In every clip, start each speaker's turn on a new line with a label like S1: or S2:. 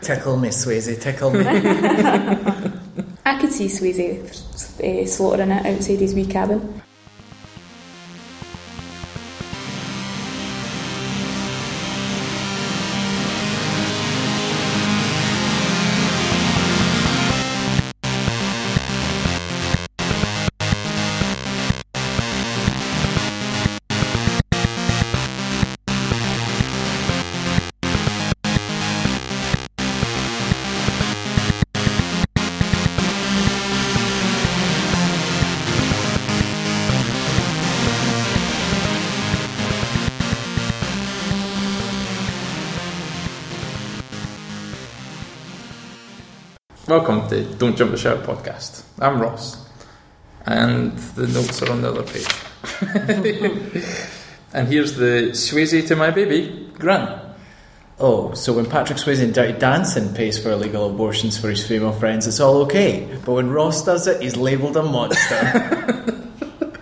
S1: Tickle me, Swayze, tickle me.
S2: I could see Swayze uh, slaughtering it outside his wee cabin.
S3: Welcome to Don't Jump the Shark podcast. I'm Ross, and the notes are on the other page. and here's the Swayze to my baby, Grant.
S1: oh, so when Patrick Swayze in Dirty Dancing pays for illegal abortions for his female friends, it's all okay. But when Ross does it, he's labelled a monster.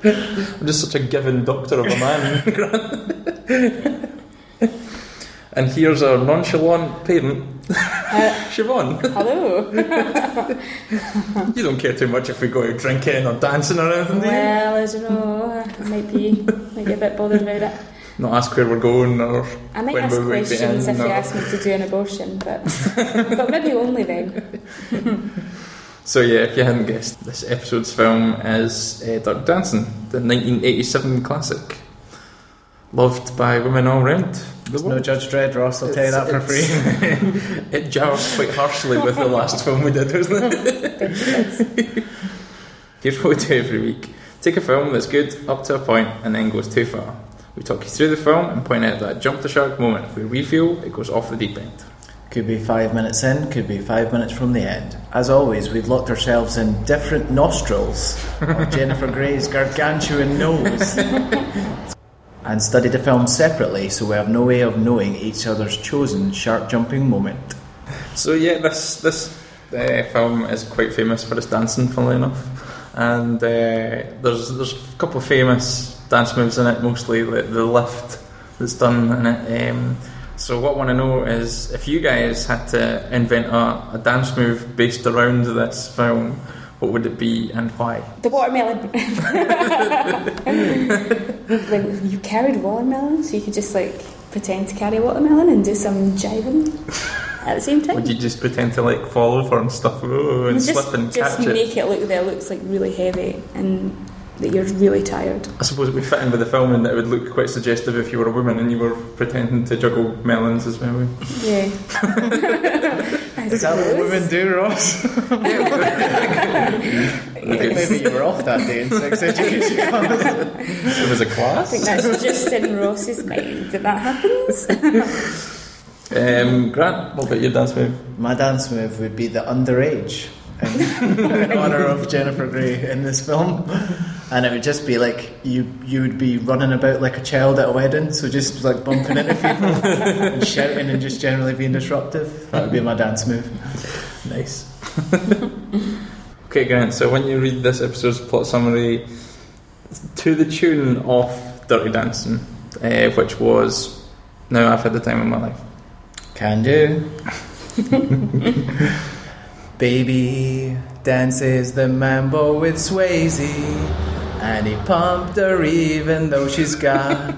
S3: I'm just such a given doctor of a man, Grant. and here's our nonchalant parent, Siobhan.
S2: Hello.
S3: You don't care too much if we go out drinking or dancing or anything, do you?
S2: well, I don't know. I might be, might be a bit bothered about it.
S3: Not ask where we're going or
S2: I might
S3: When
S2: ask
S3: we would be
S2: questions if
S3: in,
S2: you
S3: no.
S2: ask me to do an abortion, but but maybe only then.
S3: So yeah, if you hadn't guessed, this episode's film is uh, Dirk Dancing, the 1987 classic, loved by women all round. the
S1: There's
S3: world.
S1: no Judge Dredd, Ross, I'll tell you that for free.
S3: free. it jars quite harshly with the last film we did, doesn't it? Here's what we do every week: take a film that's good up to a point and then goes too far. We talk you through the film and point out that jump the shark moment where we feel it goes off the deep end.
S1: Could be five minutes in, could be five minutes from the end. As always, we've locked ourselves in different nostrils of Jennifer Grey's gargantuan nose and studied the film separately so we have no way of knowing each other's chosen shark jumping moment.
S3: So yeah, this this uh, film is quite famous for its dancing, funnily enough. And uh, there's there's a couple of famous dance moves in it, mostly the, the lift that's done in it. Um, so what I want to know is if you guys had to invent a, a dance move based around this film, what would it be and why?
S2: The watermelon. like you carried watermelon, so you could just like pretend to carry watermelon and do some jiving at the same time.
S3: Would you just pretend to like fall over and stuff oh, and
S2: You just,
S3: slip and
S2: just
S3: catch it?
S2: make it look that it looks like really heavy and that you're really tired.
S3: I suppose it would fit in with the film and it would look quite suggestive if you were a woman and you were pretending to juggle melons as well.
S2: Yeah.
S1: Is that what women do, Ross? I think maybe you were off that day in sex education class.
S3: It was a
S2: I think
S3: class.
S2: that's just in Ross's mind that that happens.
S3: Um, Grant, what about your dance move?
S1: My dance move would be the underage in, in honor of Jennifer Grey in this film. And it would just be like you you would be running about like a child at a wedding, so just like bumping into people and shouting and just generally being disruptive. That would be my dance move.
S3: Nice. okay, Grant. So when you read this episode's plot summary, to the tune of "Dirty Dancing," uh, which was now I've had the time of my life.
S1: Can do. Baby dances the mambo with Swayze, and he pumped her even though she's got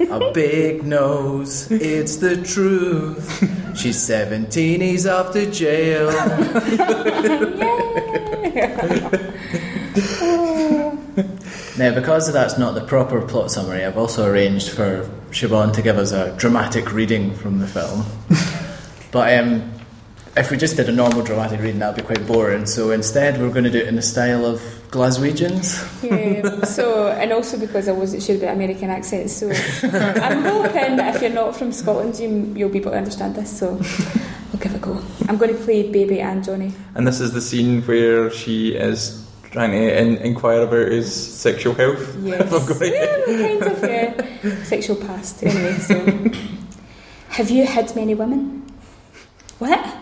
S1: a big nose. It's the truth. She's 17, he's off to jail.
S2: Oh,
S1: Now, because that's not the proper plot summary, I've also arranged for Siobhan to give us a dramatic reading from the film. but um, if we just did a normal dramatic reading, that would be quite boring. So instead, we're going to do it in the style of Glaswegians.
S2: Yeah. So, and also because I wasn't sure about American accents, so I'm hoping that if you're not from Scotland, you, you'll be able to understand this. So, I'll give it a go. I'm going to play Baby and Johnny.
S3: And this is the scene where she is trying to in- inquire about his sexual health.
S2: Yes.
S3: If I'm going
S2: Well, kind of, yeah. Sexual past, anyway. So. Have you had many women? What?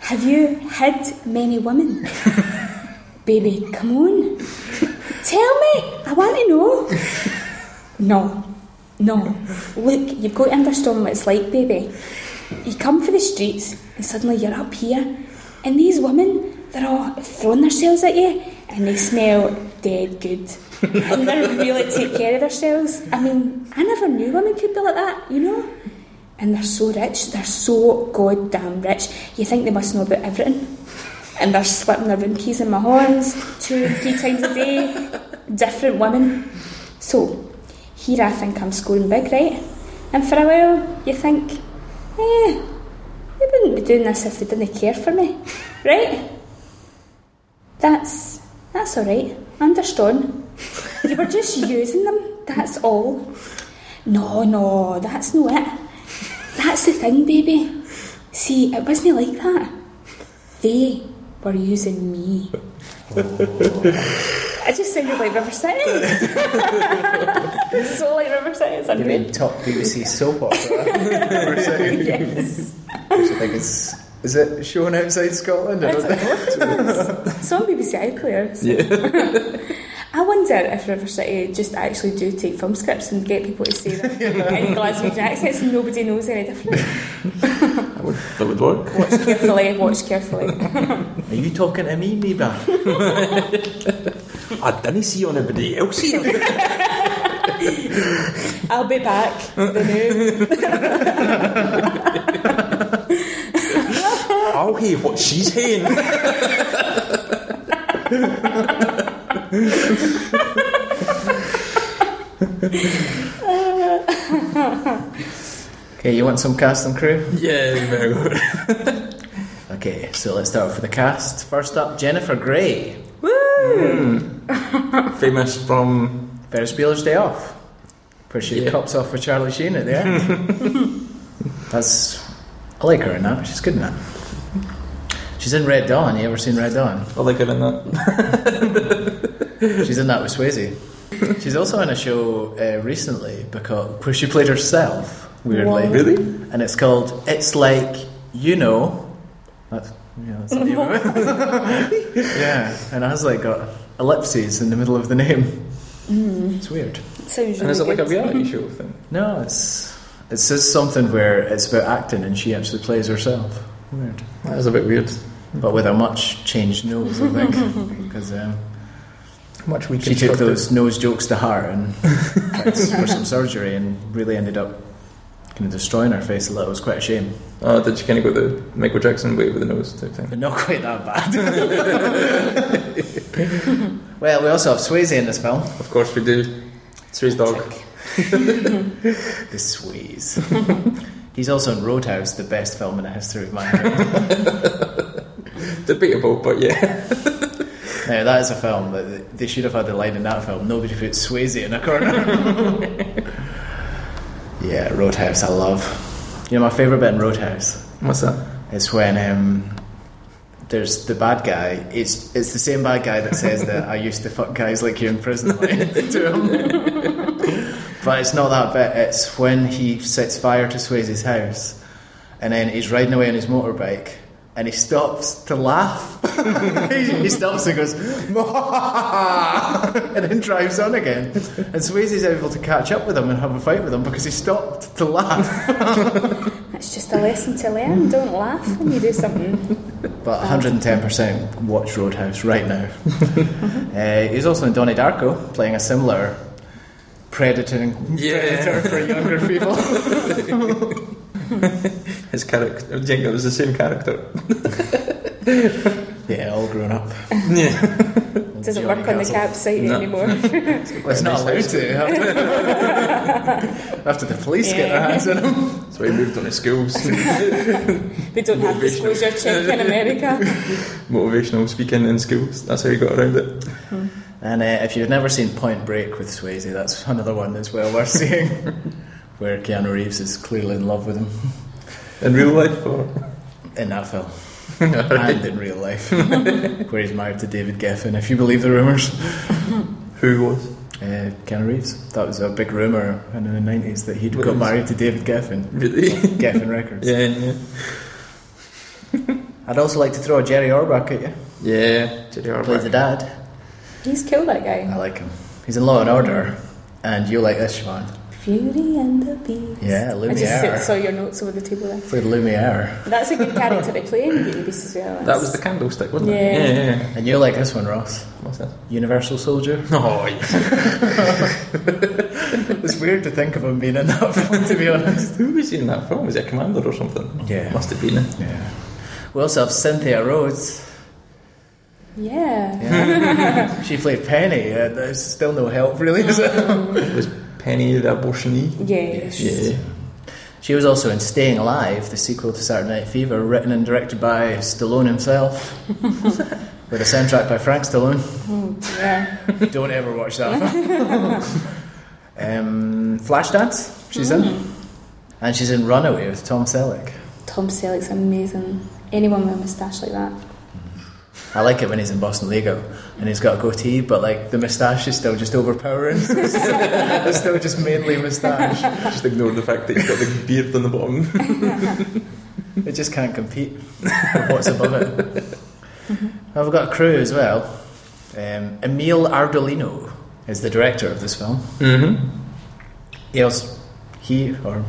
S2: Have you had many women? Baby, come on. Tell me. I want to know. No. No. Look, you've got to understand what it's like, baby. You come for the streets and suddenly you're up here, and these women, they're all throwing themselves at you and they smell dead good. and they really take care of themselves. I mean, I never knew women could be like that, you know? And they're so rich, they're so goddamn rich. You think they must know about everything. And they're slipping their room keys in my horns two, three times a day. Different women. So, here I think I'm scoring big, right? And for a while, you think, eh, they wouldn't be doing this if they didn't care for me, right? That's that's all right. Understand? you were just using them. That's all. No, no, that's not it. That's the thing, baby. See, it wasn't like that. They were using me.
S1: Oh.
S2: I just sounded like River City. so like River City. It's
S1: You mean
S2: unreal.
S1: top BBC soap opera?
S2: Yes.
S1: Which I think is is it shown outside Scotland? I
S2: I
S1: don't
S2: don't
S1: think.
S2: know. It's on BBC iPlayer. so- I wonder if River City just actually do take film scripts and get people to say them in Glaswegian accents and nobody knows any different.
S3: That would, that would work.
S2: Watch carefully, watch carefully.
S1: Are you talking to me, Neva?
S3: I didn't see anybody else here.
S2: I'll be back. The new.
S3: I'll hear what she's hearing.
S1: Okay, you want some cast and crew?
S3: Yeah, very good.
S1: Okay, so let's start off with the cast. First up, Jennifer Grey.
S3: Famous from
S1: Ferris Bueller's Day Off, where she
S3: Yeah.
S1: cops off with Charlie Sheen at the end. That's I like her in that. She's good in that. She's in Red Dawn. You ever seen Red Dawn?
S3: I like her in that.
S1: She's in that with Swayze. She's also in a show uh, recently because where she played herself weirdly,
S2: Wow.
S3: Really?
S1: and it's called "It's Like You Know." That's yeah, that's not even- yeah, and I was like got ellipses in the middle of the name. It's weird.
S2: Mm-hmm. Sounds really
S3: And is it like a
S2: good.
S3: reality show thing?
S1: No, it's it says something where it's about acting and she actually plays herself. Weird.
S3: That is a bit weird.
S1: But with a much changed nose, I think, because um,
S3: Much we
S1: she took those nose jokes to heart and went for some surgery and really ended up kind of destroying her face a little. It was quite a shame,
S3: Oh, did you kind of go the Michael Jackson way with the nose type thing?
S1: but not quite that bad. well, we also have Swayze in this film.
S3: Of course we do. It's his dog.
S1: The Sways. He's also in Roadhouse, the best film in the history of mankind.
S3: Debatable, but yeah.
S1: Now that is a film that they should have had the line in that film. Nobody put Swayze in a corner. yeah, Roadhouse. I love. You know my favorite bit in Roadhouse
S3: What's that?
S1: is when um, there's the bad guy. It's it's the same bad guy that says that I used to fuck guys like you in prison line to him. but it's not that bit. It's when he sets fire to Swayze's house, and then he's riding away on his motorbike. And he stops to laugh. he, he stops and goes, and then drives on again. And Swayze's able to catch up with him and have a fight with him because he stopped to laugh.
S2: It's just a lesson to learn. Don't laugh when you do something.
S1: But 110% watch Roadhouse right now. uh, he's also in Donnie Darko, playing a similar predator,
S3: Yeah.
S1: predator for younger people.
S3: His character. Jenga was the same character.
S1: yeah, all grown up.
S3: Yeah.
S2: It doesn't work on the gap site
S3: No.
S2: anymore.
S1: It's not allowed
S3: Nice
S1: to. After, after the police get their
S2: Yeah.
S1: hands on him.
S3: So he moved on to schools.
S2: They don't have
S3: Motivational.
S2: disclosure check in America.
S3: Motivational speaking in schools. That's how he got around it.
S1: And uh, if you've never seen Point Break with Swayze, that's another one that's well worth seeing, where Keanu Reeves is clearly in love with him
S3: In real life, or
S1: in that film. and in real life, where he's married to David Geffen, if you believe the rumours.
S3: who was?
S1: Uh, Keanu Reeves. That was a big rumor in the nineties that he'd
S3: What
S1: got
S3: is-
S1: married to David Geffen.
S3: Really?
S1: Geffen Records.
S3: Yeah, yeah.
S1: I'd also like to throw a Jerry Orbach at you.
S3: Yeah. Did you
S1: Played the dad.
S2: He's killed that guy.
S1: I like him. He's in Law and Order, and you like this, Siobhan.
S2: Beauty and the Beast.
S1: Yeah,
S2: I just
S1: Lumiere.
S2: saw your notes over the table there.
S1: Played Lumiere.
S2: That's a good character to play in Beauty and the Beast as well.
S3: That was the candlestick, wasn't
S2: Yeah.
S3: it? Yeah, yeah, yeah.
S1: And you like this one, Ross?
S3: What's that?
S1: Universal Soldier.
S3: No, yes.
S1: It's weird to think of him being in that film, to be honest.
S3: who was in that film? Was it a commander or something?
S1: Yeah.
S3: Must have been.
S1: Yeah. We also have Cynthia Rhodes.
S2: Yeah.
S1: Yeah. she played Penny. Uh, there's still no help, really, is it?
S3: It was Penny the abortionee.
S2: Yes.
S3: Yeah.
S1: She was also in Staying Alive, the sequel to Saturday Night Fever, written and directed by Stallone himself, with a soundtrack by Frank Stallone.
S2: Mm, yeah.
S1: Don't ever watch that. um, Flashdance, she's in. And she's in Runaway with Tom Selleck.
S2: Tom Selleck's amazing. Anyone with a moustache like that.
S1: I like it when he's in Boston Legal and he's got a goatee, but like the moustache is still just overpowering. it's still just mainly moustache.
S3: Just ignore the fact that he's got the beard on the bottom.
S1: It just can't compete with what's above it. I've got a crew as well. Um, Emil Ardolino is the director of this film.
S3: Mm-hmm.
S1: He also, he or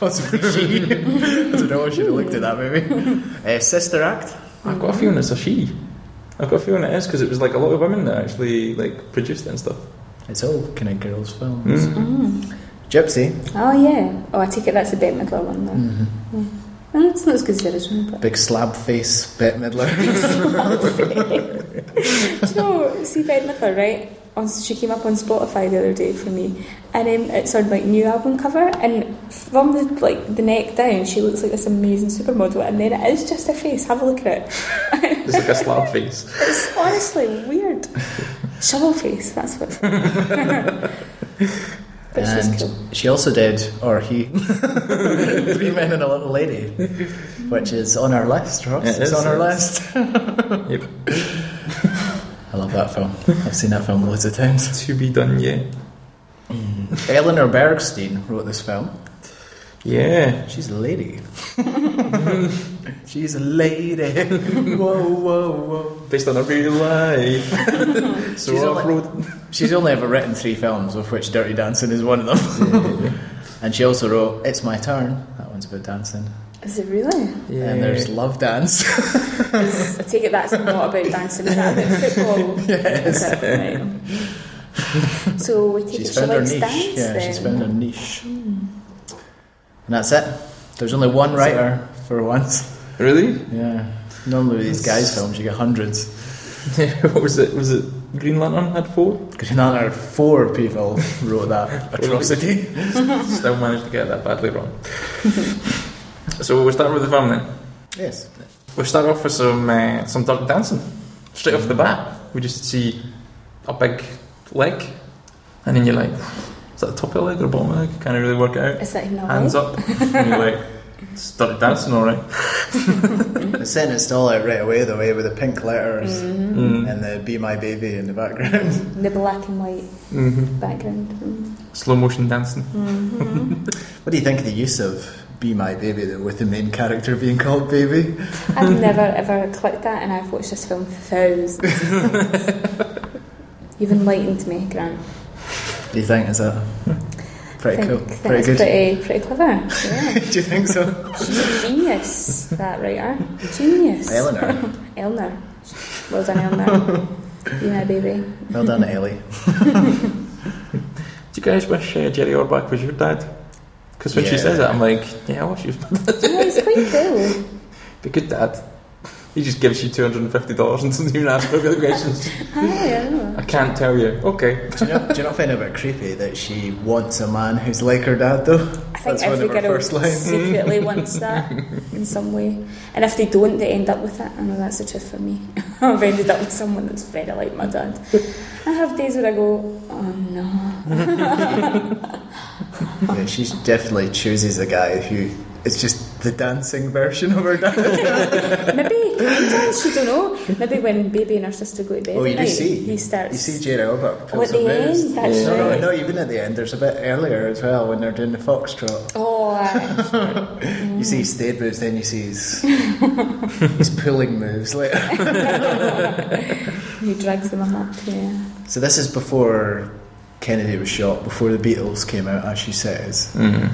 S1: possibly she. I don't know. I should have looked at that movie. Uh, Sister Act.
S3: I've got a feeling it's a she. I've got a feeling it is because it was like a lot of women that actually like produced it and stuff.
S1: It's all kind of girls' films.
S3: Mm.
S2: Mm.
S1: Gypsy,
S2: Oh, yeah. Oh, I take it that's a Bette Midler one,
S3: Mm.
S2: though. Well, it's not as good as the original, but.
S1: big slab face, Bette Midler.
S2: Do you know, see Bette Midler, right? On, she came up on Spotify the other day for me, and um, it's her like new album cover, and from the like the neck down, she looks like this amazing supermodel, and then it is just her face. Have a look at it.
S3: It's like a slab face.
S2: It's honestly weird. Shovel face. That's what. it's called. but she's
S1: and
S2: cool.
S1: she also did, or he, Three Men and a Little Lady, which is on our list, Ross.
S3: It
S1: it's
S3: is,
S1: on our list.
S3: yes. Yep.
S1: I love that film. I've seen that film loads of times.
S3: To be done, yeah.
S1: Mm. Eleanor Bergstein wrote this film.
S3: Yeah.
S1: She's a lady. She's a lady. whoa, whoa, whoa.
S3: Based on a real life. so
S1: She's
S3: off
S1: only-
S3: road.
S1: She's only ever written three films, of which Dirty Dancing is one of them. And she also wrote It's My Turn. That one's about dancing.
S2: Is it really?
S1: And there's Love Dance.
S2: I take it that's not about dancing. Is that about football? Is it? Right. So we take
S1: she's
S2: it she
S1: found her
S2: likes Hmm.
S1: niche.
S2: dance.
S1: yeah,
S2: then.
S1: she's found her niche. And that's it. There's only one writer for once.
S3: Really?
S1: Yeah. Normally with these guys' films, you get hundreds.
S3: what was it? Was it Green Lantern had four?
S1: Because another four people wrote that atrocity.
S3: Still managed to get that badly wrong. so we'll start with the film then.
S1: yes.
S3: We'll start off with some uh, some dirty dancing. Straight off the bat, we just see a big leg, and then you're like, is that the top of the leg or bottom of the leg? Can't really work it out.
S2: Is that even a
S3: Hands
S2: leg?
S3: up, and you're like, it's dirty dancing, all right.
S1: They sent it all out right away, the way with the pink letters
S2: Mhm.
S3: Mm.
S1: and the Be My Baby in the background.
S2: The black and white
S3: hmm
S2: background. Mm.
S3: Slow motion dancing.
S1: What do you think of the use of Be My Baby, though, with the main character being called Baby?
S2: I've never ever clicked that, and I've watched this film thousands. of times. You've enlightened me, Grant.
S1: What do you think? Is that pretty
S2: I think
S1: cool?
S2: that's
S1: Pretty good?
S2: pretty pretty clever. Yeah.
S1: do you think so?
S2: She's a genius, that writer. Genius.
S1: Eleanor.
S2: Elner. Well done, Elner. you my baby.
S1: Well done, Ellie.
S3: Do you guys wish uh, Jerry Orbach was your dad? Because when she
S1: Yeah.
S3: says it, I'm like, yeah, I wish you was
S2: Yeah, it's quite cool.
S3: be a good dad. He just gives you two hundred and fifty dollars and doesn't even ask for the questions.
S2: Hi, I don't know.
S3: I can't tell you. Okay.
S1: Do you, not, do you not find it a bit creepy that she wants a man who's like her dad, though?
S2: I think
S1: That's one
S2: every
S1: of her
S2: girl
S1: first lines.
S2: secretly wants that in some way. And if they don't, they end up with it. I know that's the truth for me. I've ended up with someone that's very like my dad. I have days where I go, oh no.
S1: Yeah, she definitely chooses a guy who is just the dancing version of her dad.
S2: Maybe, sometimes, she don't know. Maybe when baby and her sister go to bed
S1: Oh,
S2: at
S1: you do
S2: night,
S1: see.
S2: he starts.
S1: You see Jane Elba
S2: Oh,
S1: pull
S2: at the
S1: some moves.
S2: end, that's
S3: Yeah.
S1: No, no,
S2: right.
S1: no, even at the end, there's a bit earlier as well when they're doing the foxtrot.
S2: Oh, aye.
S1: You
S2: Mm.
S1: see his stayed moves, then you see his, his pulling moves later.
S2: he drags them up, yeah.
S1: So this is before Kennedy was shot before the Beatles came out, as she says.
S3: Mm.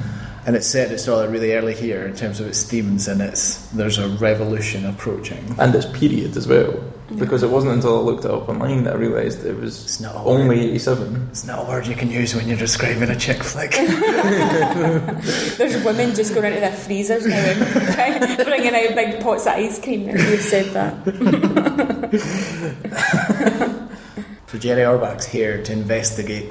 S1: And it's set it's all really early here in terms of its themes, and it's there's a revolution approaching.
S3: And its period as well. Because it wasn't until I looked it up online that I realised it was
S1: It's not a word.
S3: only 87.
S1: It's not a word you can use when you're describing a chick flick.
S2: There's women just going into their freezers now and bringing out big pots of ice cream. If you said that,
S1: so Jerry Orbach's here to investigate,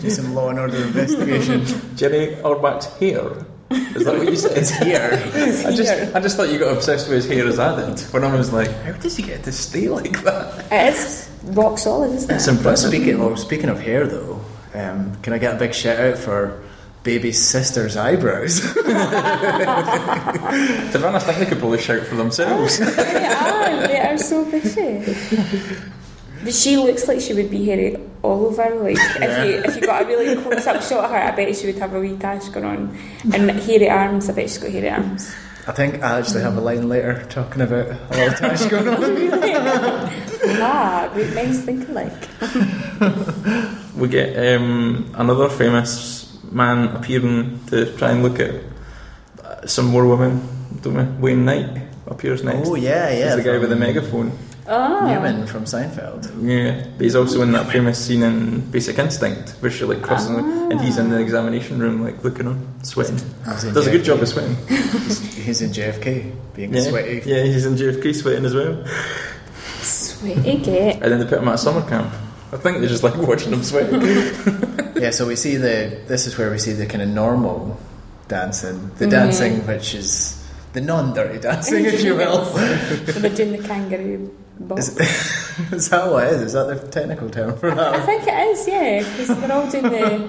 S1: do some law and order investigation.
S3: Jerry Orbach's hair. Is that what you said?
S1: It's here.
S3: I
S2: Hair.
S3: just, I just thought you got obsessed with his hair as I did. When I was like, how does he get to stay like that?
S2: it is rock solid, isn't it?
S3: It's
S1: But
S3: impressive.
S1: speaking, well, speaking of hair, though, um, can I get a big shout out for baby's sister's eyebrows?
S3: To be honest, I think they could probably shout for themselves.
S2: they are. They are so bushy. But she looks like she would be hairy all over. Like
S1: Yeah.
S2: if you if you got a really close up shot of her, I bet she would have a wee dash going on and hairy arms. I bet she's got hairy arms.
S1: I think I actually have a line later talking about a little tash going on.
S2: ah, we mine's think alike.
S3: we get um, another famous man appearing to try and look at uh, some more women, don't we? Wayne Knight appears next.
S1: Oh yeah, yeah.
S3: He's the guy
S1: from
S3: with the megaphone.
S2: Oh,
S1: Newman from Seinfeld.
S3: Yeah, but he's also in that famous scene in Basic Instinct, where she like crosses, him, and he's in
S2: Ah.
S3: the examination room, like looking on, sweating.
S1: He's in
S3: Does a good
S1: JFK.
S3: job of sweating.
S1: He's, he's in JFK, being
S3: Yeah,
S1: sweaty.
S3: yeah, he's in JFK sweating as well.
S2: sweaty get.
S3: And then they put him at a summer camp. I think they're just like watching him sweat.
S1: Yeah. So we see the. This is where we see the kind of normal dancing, the
S2: Mhm.
S1: dancing which is the non-dirty dancing, if you will.
S2: So they're doing the kangaroo. Bop.
S1: Is- is that what it is? Is that the technical term for that?
S2: I think it is, yeah, because they're all doing the,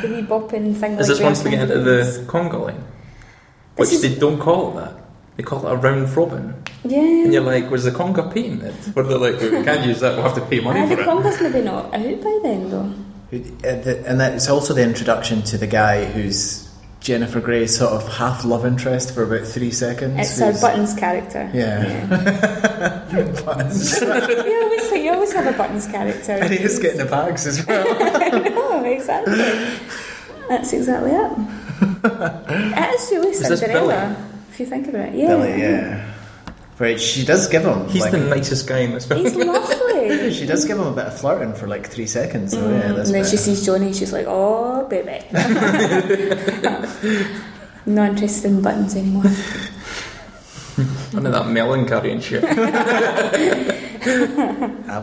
S2: the wee bopping thing. like
S3: Is this
S2: we
S3: once
S2: are
S3: they get into
S2: kangaroos.
S3: the conga line?
S2: This
S3: Which
S2: is-
S3: they don't call it that. They call it a round robin.
S2: Yeah.
S3: And you're like, was the conga painted? Where they're like, we can't use that, we'll have to pay money
S2: I
S3: for
S2: think
S3: it.
S2: Conga's Uh, maybe not out by then, though.
S1: And the- and that it's also the introduction to the guy who's Jennifer Grey's sort of half love interest for about three seconds.
S2: It's our
S1: who's-
S2: Buttons character.
S1: Yeah. Buttons.
S2: you, always, you always have a Buttons character.
S1: and he is getting the bags as well.
S2: no, exactly. That's exactly it. it is really
S3: this
S2: Cinderella, if you think about it. Yeah.
S1: Billy, yeah. Right, she does give him.
S3: He's
S1: like,
S3: the nicest guy in this film.
S2: He's lovely.
S1: she does give him a bit of flirting for like three seconds. So yeah,
S2: Mm,
S1: that's
S2: and then
S1: bit.
S2: she sees Johnny, she's like, oh, baby. Not interested in buttons anymore.
S3: None of that melancholy and shit.
S1: I've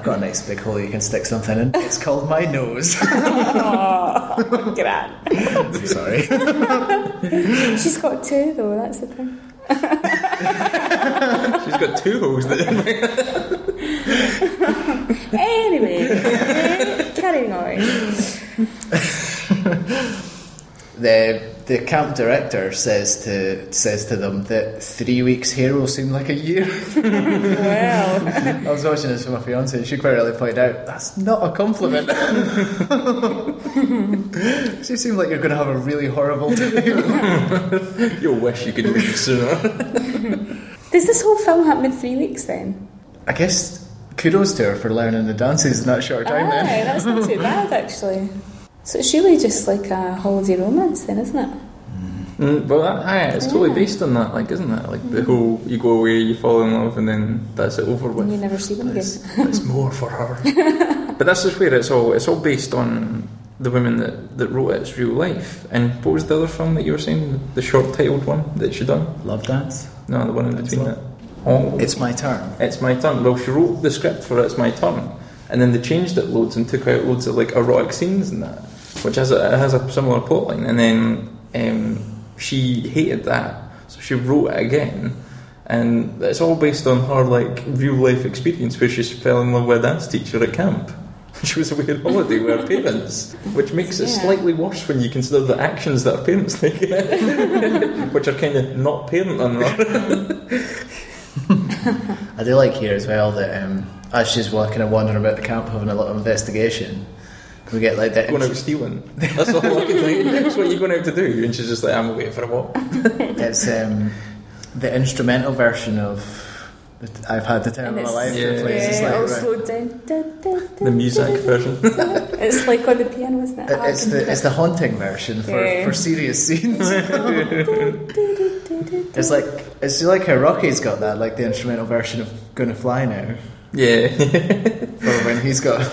S1: got a nice big hole you can stick something in. It's called my nose.
S2: oh, grand.
S1: I'm sorry.
S2: She's got two, though, that's the thing.
S3: She's got two holes that
S2: Anyway, eh, carrying on.
S1: The the camp director says to says to them that three weeks here will seem like a year.
S2: Well,
S1: I was watching this with my fiance, and she quite rightly pointed out that's not a compliment. she seemed like you're going to have a really horrible time.
S3: you'll wish you could leave sooner.
S2: does this whole film happen in three weeks then?
S1: I guess kudos to her for learning the dances in that short time.
S2: Aye,
S1: Then
S2: that's not too bad actually. So it's really just like a holiday romance then, isn't it?
S3: Mm, well, that, aye, it's totally based on that, like, isn't it? Like, the whole you go away, you fall in love, and then that's it over with.
S2: And you never see them again.
S3: It's, it's more for her. but that's just where it's all it's all based on the women that, that wrote its real life. And what was the other film that you were saying? The short titled one that she done?
S1: love dance.
S3: No, the one in
S1: That's
S3: between
S1: not-
S3: that. Oh it's,
S1: It's my turn.
S3: my turn. Well she wrote the script for It's My Turn. And then they changed it loads and took out loads of like erotic scenes and that. Which has a it has a similar plotline. And then um, she hated that, so she wrote it again. And it's all based on her like real life experience where she fell in love with a dance teacher at camp. She was away on holiday with her parents, which makes it
S2: Yeah.
S3: slightly worse when you consider the actions that her parents take, which are kind of not parent her.
S1: I do like here as well that um, as she's walking and wandering about the camp having a little investigation, we get like that.
S3: going out stealing. That's all I can think. That's what you're going out to do. And she's just like, I'm away for a walk.
S1: It's um, the instrumental version of The- I've had the time
S2: And
S1: of my life.
S2: it's-
S3: Yeah.
S1: The place is
S2: Yeah,
S1: like,
S2: all
S1: right.
S2: slowed down. Dun, dun, dun,
S3: The music
S2: dun,
S3: version.
S2: dun, dun. it's like on the piano, isn't it?
S1: It- it's the it's the haunting version for,
S2: Yeah.
S1: for serious scenes.
S2: the.
S1: it's like it's like how Rocky's got that, like the instrumental version of "Gonna Fly Now"
S3: Yeah.
S1: for when he's got.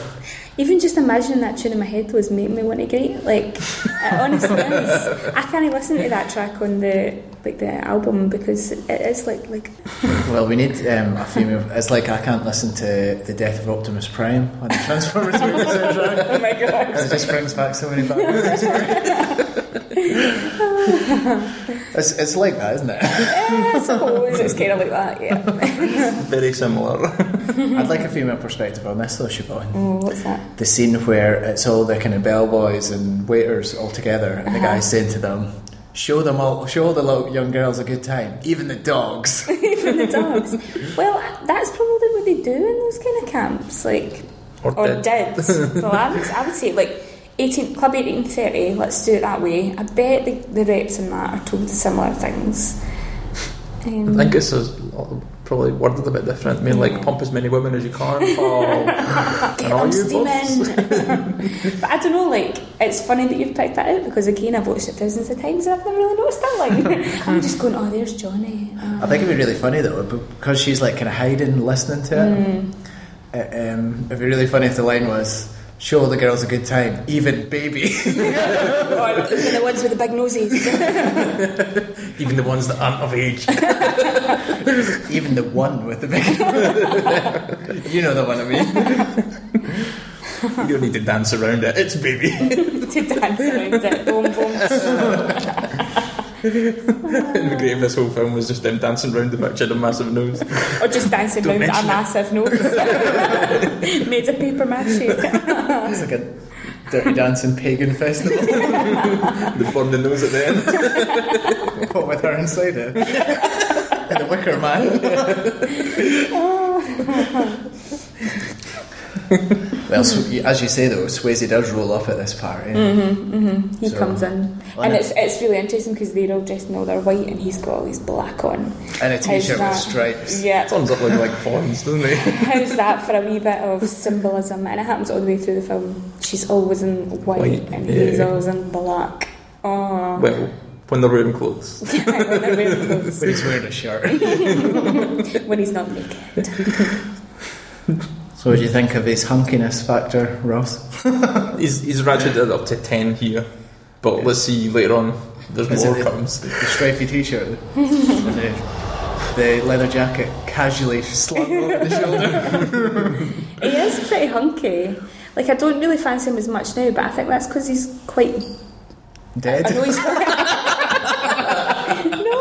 S2: Even just imagining that tune in my head was making me want to grate. Like, it honestly is. I can't listen to that track on the like the album because it is like like
S1: Well, we need um, a female. It's like I can't listen to the death of Optimus Prime on the Transformers movie soundtrack.
S2: oh my god.
S1: It just brings back so many bad memories. it's, it's like that, isn't it?
S2: Yeah, I suppose it's kind of like that. Yeah.
S3: Very similar.
S1: I'd like a female perspective on this, though, Siobhan.
S2: Oh, what's that?
S1: The scene where it's all the kind of bellboys and waiters all together, and the guy said to them, "Show them all, show the little young girls a good time, even the dogs."
S2: Even the dogs. Well, that's probably what they do in those kind of camps, like
S3: Or did.
S2: well, I would, I would say like. 18, Club 1830, let's do it that way. I bet the, the reps in that are told similar things.
S3: I
S2: Um,
S3: think it's a, probably worded a bit different. I mean, like, pump as many women as you can. Paul.
S2: get
S3: and all
S2: them
S3: you
S2: steaming! but I don't know, like, it's funny that you've picked that out because again, I've watched it thousands of times and I've never really noticed that. Like, I'm just going, oh, there's Johnny.
S1: I think it'd be really funny though, because she's like kind of hiding, listening to it. Uh, um, it'd be really funny if the line was, "Show the girls a good time, even baby."
S2: or even the ones with the big noses.
S3: Even the ones that aren't of age.
S1: Even the one with the big. you know the one I mean.
S3: You don't need to dance around it. It's baby.
S2: to dance around it. Boom, boom.
S3: And the great of this whole film was just them dancing around the picture in a massive nose.
S2: Or just dancing
S3: Don't
S2: around a
S3: mention it.
S2: massive nose. Made of paper mache.
S1: It's like a dirty dancing pagan festival.
S3: They formed the nose at the end.
S1: What with her inside it? and the Wicker Man.
S2: Oh.
S1: well, so, you- as you say though, Swayze does roll up at this eh? party.
S2: Mm-hmm. he
S1: So-
S2: comes in.
S1: Well,
S2: And it's, it's really interesting because they're all dressed in all their white and he's got all his black on.
S1: And a
S2: How's
S1: t-shirt
S2: that?
S1: with stripes.
S2: Yeah.
S3: Turns up looking like fawns, doesn't he?
S2: How's that for a wee bit of symbolism? And it happens all the way through the film. She's always in white,
S3: White,
S2: and he's
S3: yeah.
S2: always in black. Oh.
S3: Well, when they're wearing clothes.
S1: But he's wearing a shirt.
S2: when he's not naked.
S1: So, what do you think of his hunkiness factor, Ross?
S3: He's, he's ratcheted up to 10 here, but let's see later on. There's
S1: Is
S3: more
S1: it-
S3: comes.
S1: The stripy t-shirt, and the, the leather jacket casually slung over the shoulder.
S2: He is pretty hunky. Like I don't really fancy him as much now, but I think that's because he's quite. I
S1: Dead.
S2: know he's. no,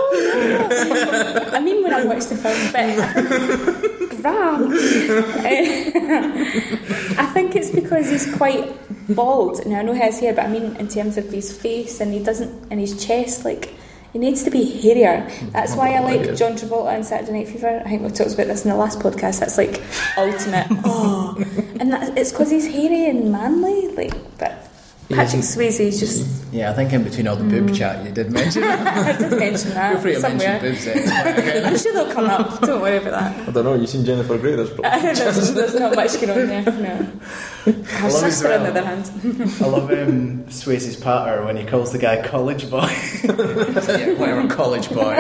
S2: no, no. I mean when I watch the film, but Graham. I think it's because he's quite bald. Now I know he has hair, but I mean in terms of his face and he doesn't and his chest like. He needs to be hairier. That's why I like John Travolta and Saturday Night Fever. I think we talked about this in the last podcast. That's like ultimate. Oh, and that, it's because he's hairy and manly. Like, but
S3: He
S2: Patrick
S3: isn't-
S2: Swayze is just.
S1: Yeah, I think in between all the boob chat you did mention.
S2: I did mention that
S1: Feel free to
S2: Mm. somewhere.
S1: mention boobs eh? at this point again.
S2: I'm sure they'll come up. Don't worry about that.
S3: I don't know, you've seen Jennifer Grey, there's probably.
S2: there's, there's not much going on there. No. Our
S1: love
S2: sister, on
S1: Israel.
S2: the other hand.
S1: I love um, Swayze's patter when he calls the guy college boy. He's like, yeah, whatever, college boy.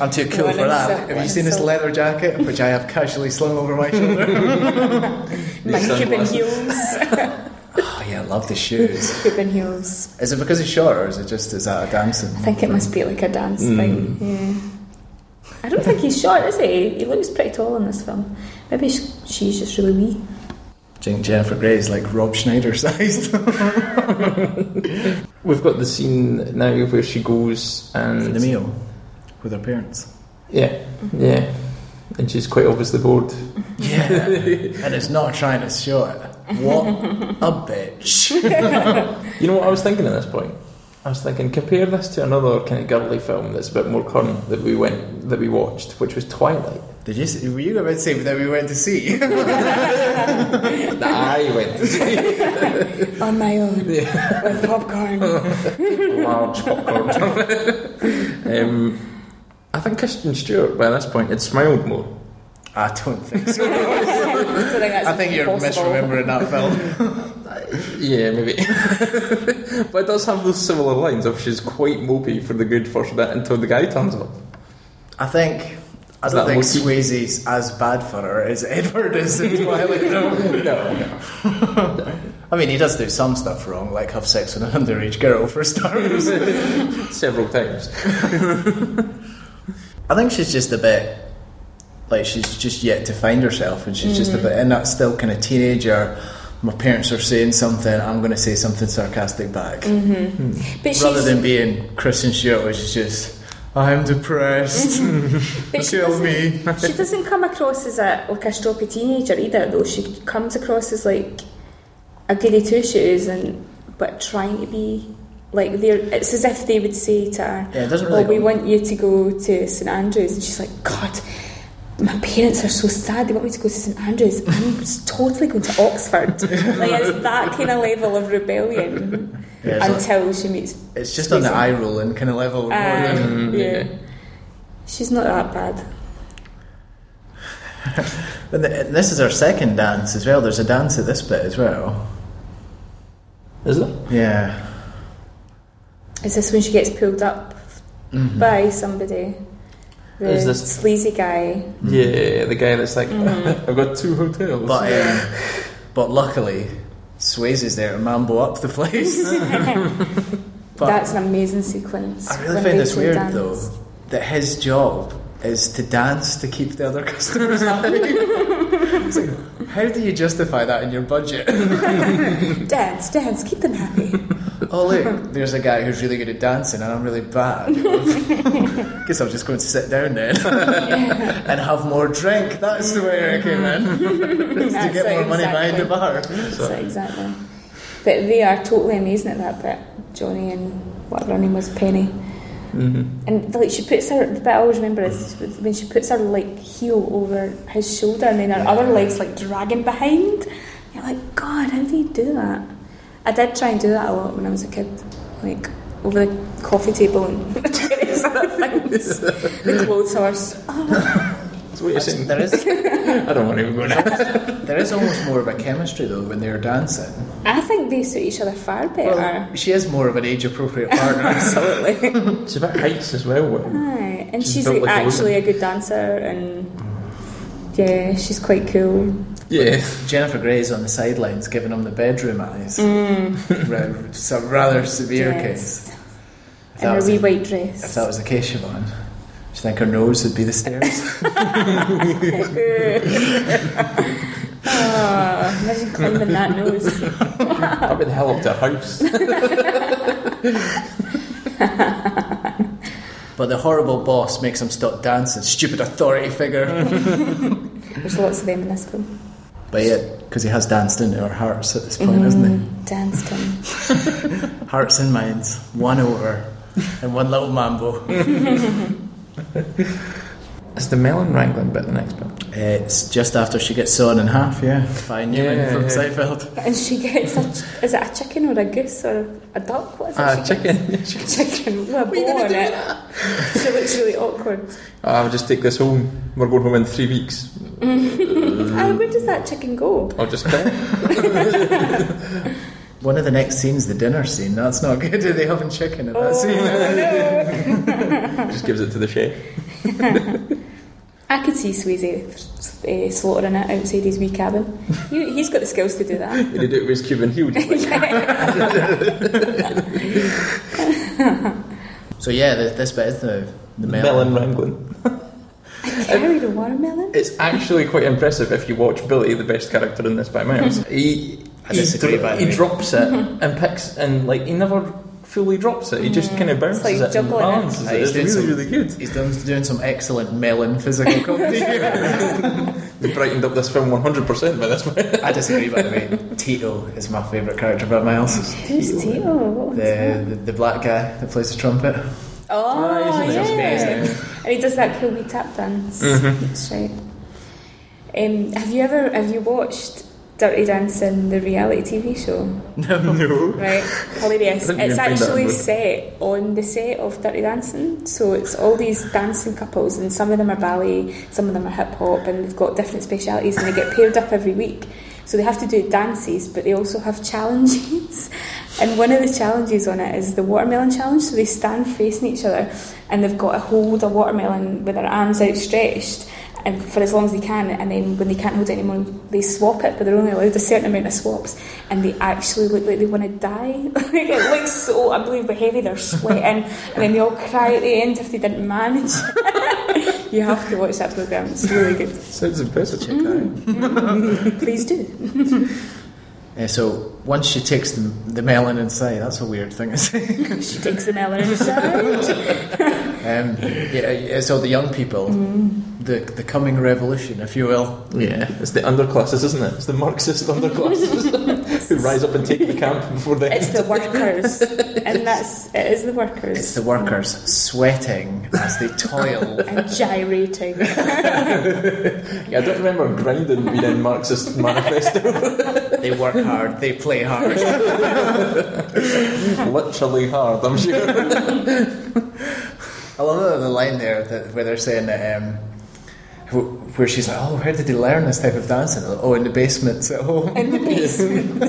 S1: I'm too cool
S2: One
S1: for that.
S2: insult,
S1: Have
S2: one
S1: you seen his
S2: insult.
S1: leather jacket, which I have casually slung over my shoulder?
S2: My
S3: These
S2: Cuban
S3: sunglasses.
S2: heels.
S1: oh yeah, I love the shoes.
S2: Cuban heels.
S1: Is it because he's short, or is it just is that a dancing?
S2: I think it must be like a dance
S1: Mm.
S2: thing. Yeah. I don't think he's short, is he? He looks pretty tall in this film. Maybe sh- she's just really wee.
S1: Do you think Jennifer Grey is like Rob Schneider sized?
S3: We've got the scene now where she goes and.
S1: the meal with her parents.
S3: Yeah, yeah. And she's quite obviously bored.
S1: Yeah, and it's not trying to show it. What a bitch!
S3: You know what I was thinking at this point? I was thinking compare this to another kind of girly film that's a bit more current that we went that we watched, which was Twilight.
S1: Did you? See, were you about to say that we went to see?
S3: that I went to see
S2: On my own. With popcorn.
S3: large popcorn. um, I think Kristen Stewart by this point had smiled more.
S1: I don't think so.
S2: I think, that's
S1: I think you're
S2: possible.
S1: misremembering that film.
S3: Yeah, maybe. but it does have those similar lines of she's quite mopey for the good first bit until the guy turns up.
S1: I think. I
S3: Is
S1: don't
S3: that
S1: think
S3: motif?
S1: Swayze's as bad for her as Edward is in Twilight though.
S3: No, no.
S1: I mean, he does do some stuff wrong, like have sex with an underage girl for starters.
S3: Several times.
S1: I think she's just a bit like she's just yet to find herself, and she's
S2: Mm.
S1: just a bit in that still kind of teenager. My parents are saying something, I'm going to say something sarcastic back,
S2: But Mm-hmm. she's,
S1: rather than being Kristen Stewart, which is just I'm depressed.
S2: but she
S1: Kill
S2: doesn't,
S1: me.
S2: she doesn't come across as a like a stroppy teenager either, though. She comes across as like a goody two shoes, and but trying to be like they're. It's as if they would say to her,
S1: Yeah, it doesn't
S2: "Oh,
S1: really.
S2: we
S1: go-
S2: want you to go to St Andrews," and she's like, "God." My parents are so sad. They want me to go to St Andrews. I'm s- totally going to Oxford. like it's that kind of level of rebellion
S1: Yeah, it's, like-
S2: until she meets
S1: it's just on the
S2: Swayze.
S1: eye rolling kind of level. more than-
S2: Um,
S3: Mm,
S2: yeah.
S3: yeah.
S2: She's not that bad.
S1: and, th- and this is our second dance as well. There's a dance at this bit as well.
S3: Is it?
S1: Yeah.
S2: Is this when she gets pulled up
S1: Mhm.
S2: by somebody? The
S3: Is this-
S2: sleazy guy?
S3: Yeah, the guy that's like, I've got two hotels.
S1: But um, but luckily, Swayze is there to mambo up the place. but
S2: That's an amazing sequence.
S1: I really
S2: when
S1: find
S2: they
S1: this
S2: two
S1: weird
S2: dance.
S1: though that his job is to dance to keep the other customers happy. It's like, how do you justify that in your budget?
S2: Dance, dance, keep them happy.
S1: oh look, there's a guy who's really good at dancing, and I'm really bad. Guess I'm just going to sit down then and have more drink. That's the way I came in is to
S2: That's
S1: get more money behind the
S2: exactly.
S1: bar.
S2: That's it, exactly. But they are totally amazing at that bit. Johnny and whatever her name was, Penny.
S3: Mhm.
S2: And like she puts her, the bit I always remember is when she puts her like heel over his shoulder and then her other leg's like dragging behind. You're like, God, how do you do that? I did try and do that a lot when I was a kid, like over the coffee table and various other things. the clothes horse.
S3: That's what you're saying.
S1: There is
S3: I don't want to even go now.
S1: There is almost more of a chemistry though when they're dancing.
S2: I think they suit each other far better.
S1: Well, she is more of an age appropriate partner.
S2: Absolutely.
S3: It's about heights as well. What?
S2: Aye, and
S3: She's
S2: she's
S3: built
S2: like,
S3: like a woman.
S2: actually a good dancer, and yeah, she's quite cool.
S3: Yeah.
S1: Jennifer Grey's on the sidelines giving him the bedroom eyes.
S2: Mm.
S1: Ra- Some rather severe case. If that,
S2: And
S1: was
S2: her wee
S1: the,
S2: white
S1: if
S2: dress.
S1: that was the case, Siobhan, do you think her nose would be the stairs?
S2: Ah, imagine climbing that nose.
S3: I've been hell up to her house.
S1: but the horrible boss makes him stop dancing. Stupid authority
S3: Mm-hmm.
S1: figure.
S2: There's lots of them in this film.
S1: but yeah, because he has danced into our hearts at this point,
S3: Mm-hmm.
S1: hasn't
S2: Danced him.
S1: he? Hearts and minds, one over, and one little mambo. Uh,
S3: Is the melon wrangling bit the next bit?
S1: It's just after she gets sawn in half, yeah. By Newman
S3: Yeah,
S1: from
S3: yeah.
S1: Seinfeld.
S2: And she gets a, ch- is it a chicken or a goose or a duck? What is it?
S3: Ah,
S2: she
S3: chicken.
S2: Gets? Chicken. With a bow on it. She looks really awkward.
S3: I'll just take this home. We're going home in three weeks.
S2: Ah, where does that chicken go?
S3: I'll just kill it.
S1: One of the next scenes, the dinner scene. That's not good. They having chicken in that
S2: Oh,
S1: scene.
S2: no.
S3: just gives it to the chef.
S2: I could see Swayze uh, slaughtering it outside his wee cabin. He, he's got the skills to do that.
S3: He did it with his Cuban heel. just like-
S1: So yeah, this, this bit is the the melon.
S3: Oh. melon wrangling.
S2: Carried a watermelon?
S3: It's actually quite impressive if you watch Billy, the best character in this by miles. he
S1: I disagree,
S3: he,
S1: by the
S3: he
S1: way.
S3: drops it and picks and like he never fully drops it. He just kind of bounces
S2: like
S3: it and
S2: juggling it.
S3: balances
S1: Aye,
S3: it.
S1: he's
S3: It's
S1: doing
S3: really
S1: some-
S3: really good.
S1: He's done, doing some excellent melon physical comedy. here.
S3: He brightened up this film 100 percent by this point.
S1: I disagree, by the way. Tito is my favourite character by miles.
S2: Who's Tito? What was
S1: The,
S2: that?
S1: the the black guy that plays the trumpet.
S2: Oh,
S3: Aye, he's
S2: yeah.
S3: Ah, amazing. Mm-hmm.
S2: And he does that cool wee tap dance. That's right. Um, have you ever have you watched Dirty Dancing, the reality TV show.
S3: no.
S2: Right, hilarious.
S3: I think you
S2: It's
S3: can find that
S2: actually
S3: on the-
S2: set on the set of Dirty Dancing, so it's all these dancing couples, and some of them are ballet, some of them are hip hop, and they've got different specialities, and they get paired up every week. So they have to do dances, but they also have challenges. And one of the challenges on it is the watermelon challenge. So they stand facing each other, and they've got to hold a watermelon with their arms outstretched. And for as long as they can, and then when they can't hold it anymore, they swap it, but they're only allowed a certain amount of swaps, and they actually look like they want to die. like it looks so unbelievably heavy, they're sweating, and then they all cry at the end if they didn't manage. you have to watch that programme, it's really good.
S3: Sounds impressive.
S2: Please do.
S1: Yeah, Mm. Uh, so once she takes the, the melon inside, that's a weird thing to say.
S2: She takes the melon inside.
S1: Um, yeah, yeah, so the young people,
S2: Mm.
S1: the the coming revolution, if you will.
S3: Yeah, it's the underclasses, isn't it? It's the Marxist underclasses who rise up and take the camp before they.
S2: It's the workers, and that's it is the workers.
S1: It's the workers sweating as they toil.
S2: and gyrating.
S3: Yeah, I don't remember grinding being in Marxist manifesto.
S1: they work hard. They play hard.
S3: Literally hard, I'm sure.
S1: I love the line there that where they're saying that. Um, wh- where she's like, oh, where did they learn this type of dancing? Oh, in the basements at home.
S2: In the basement.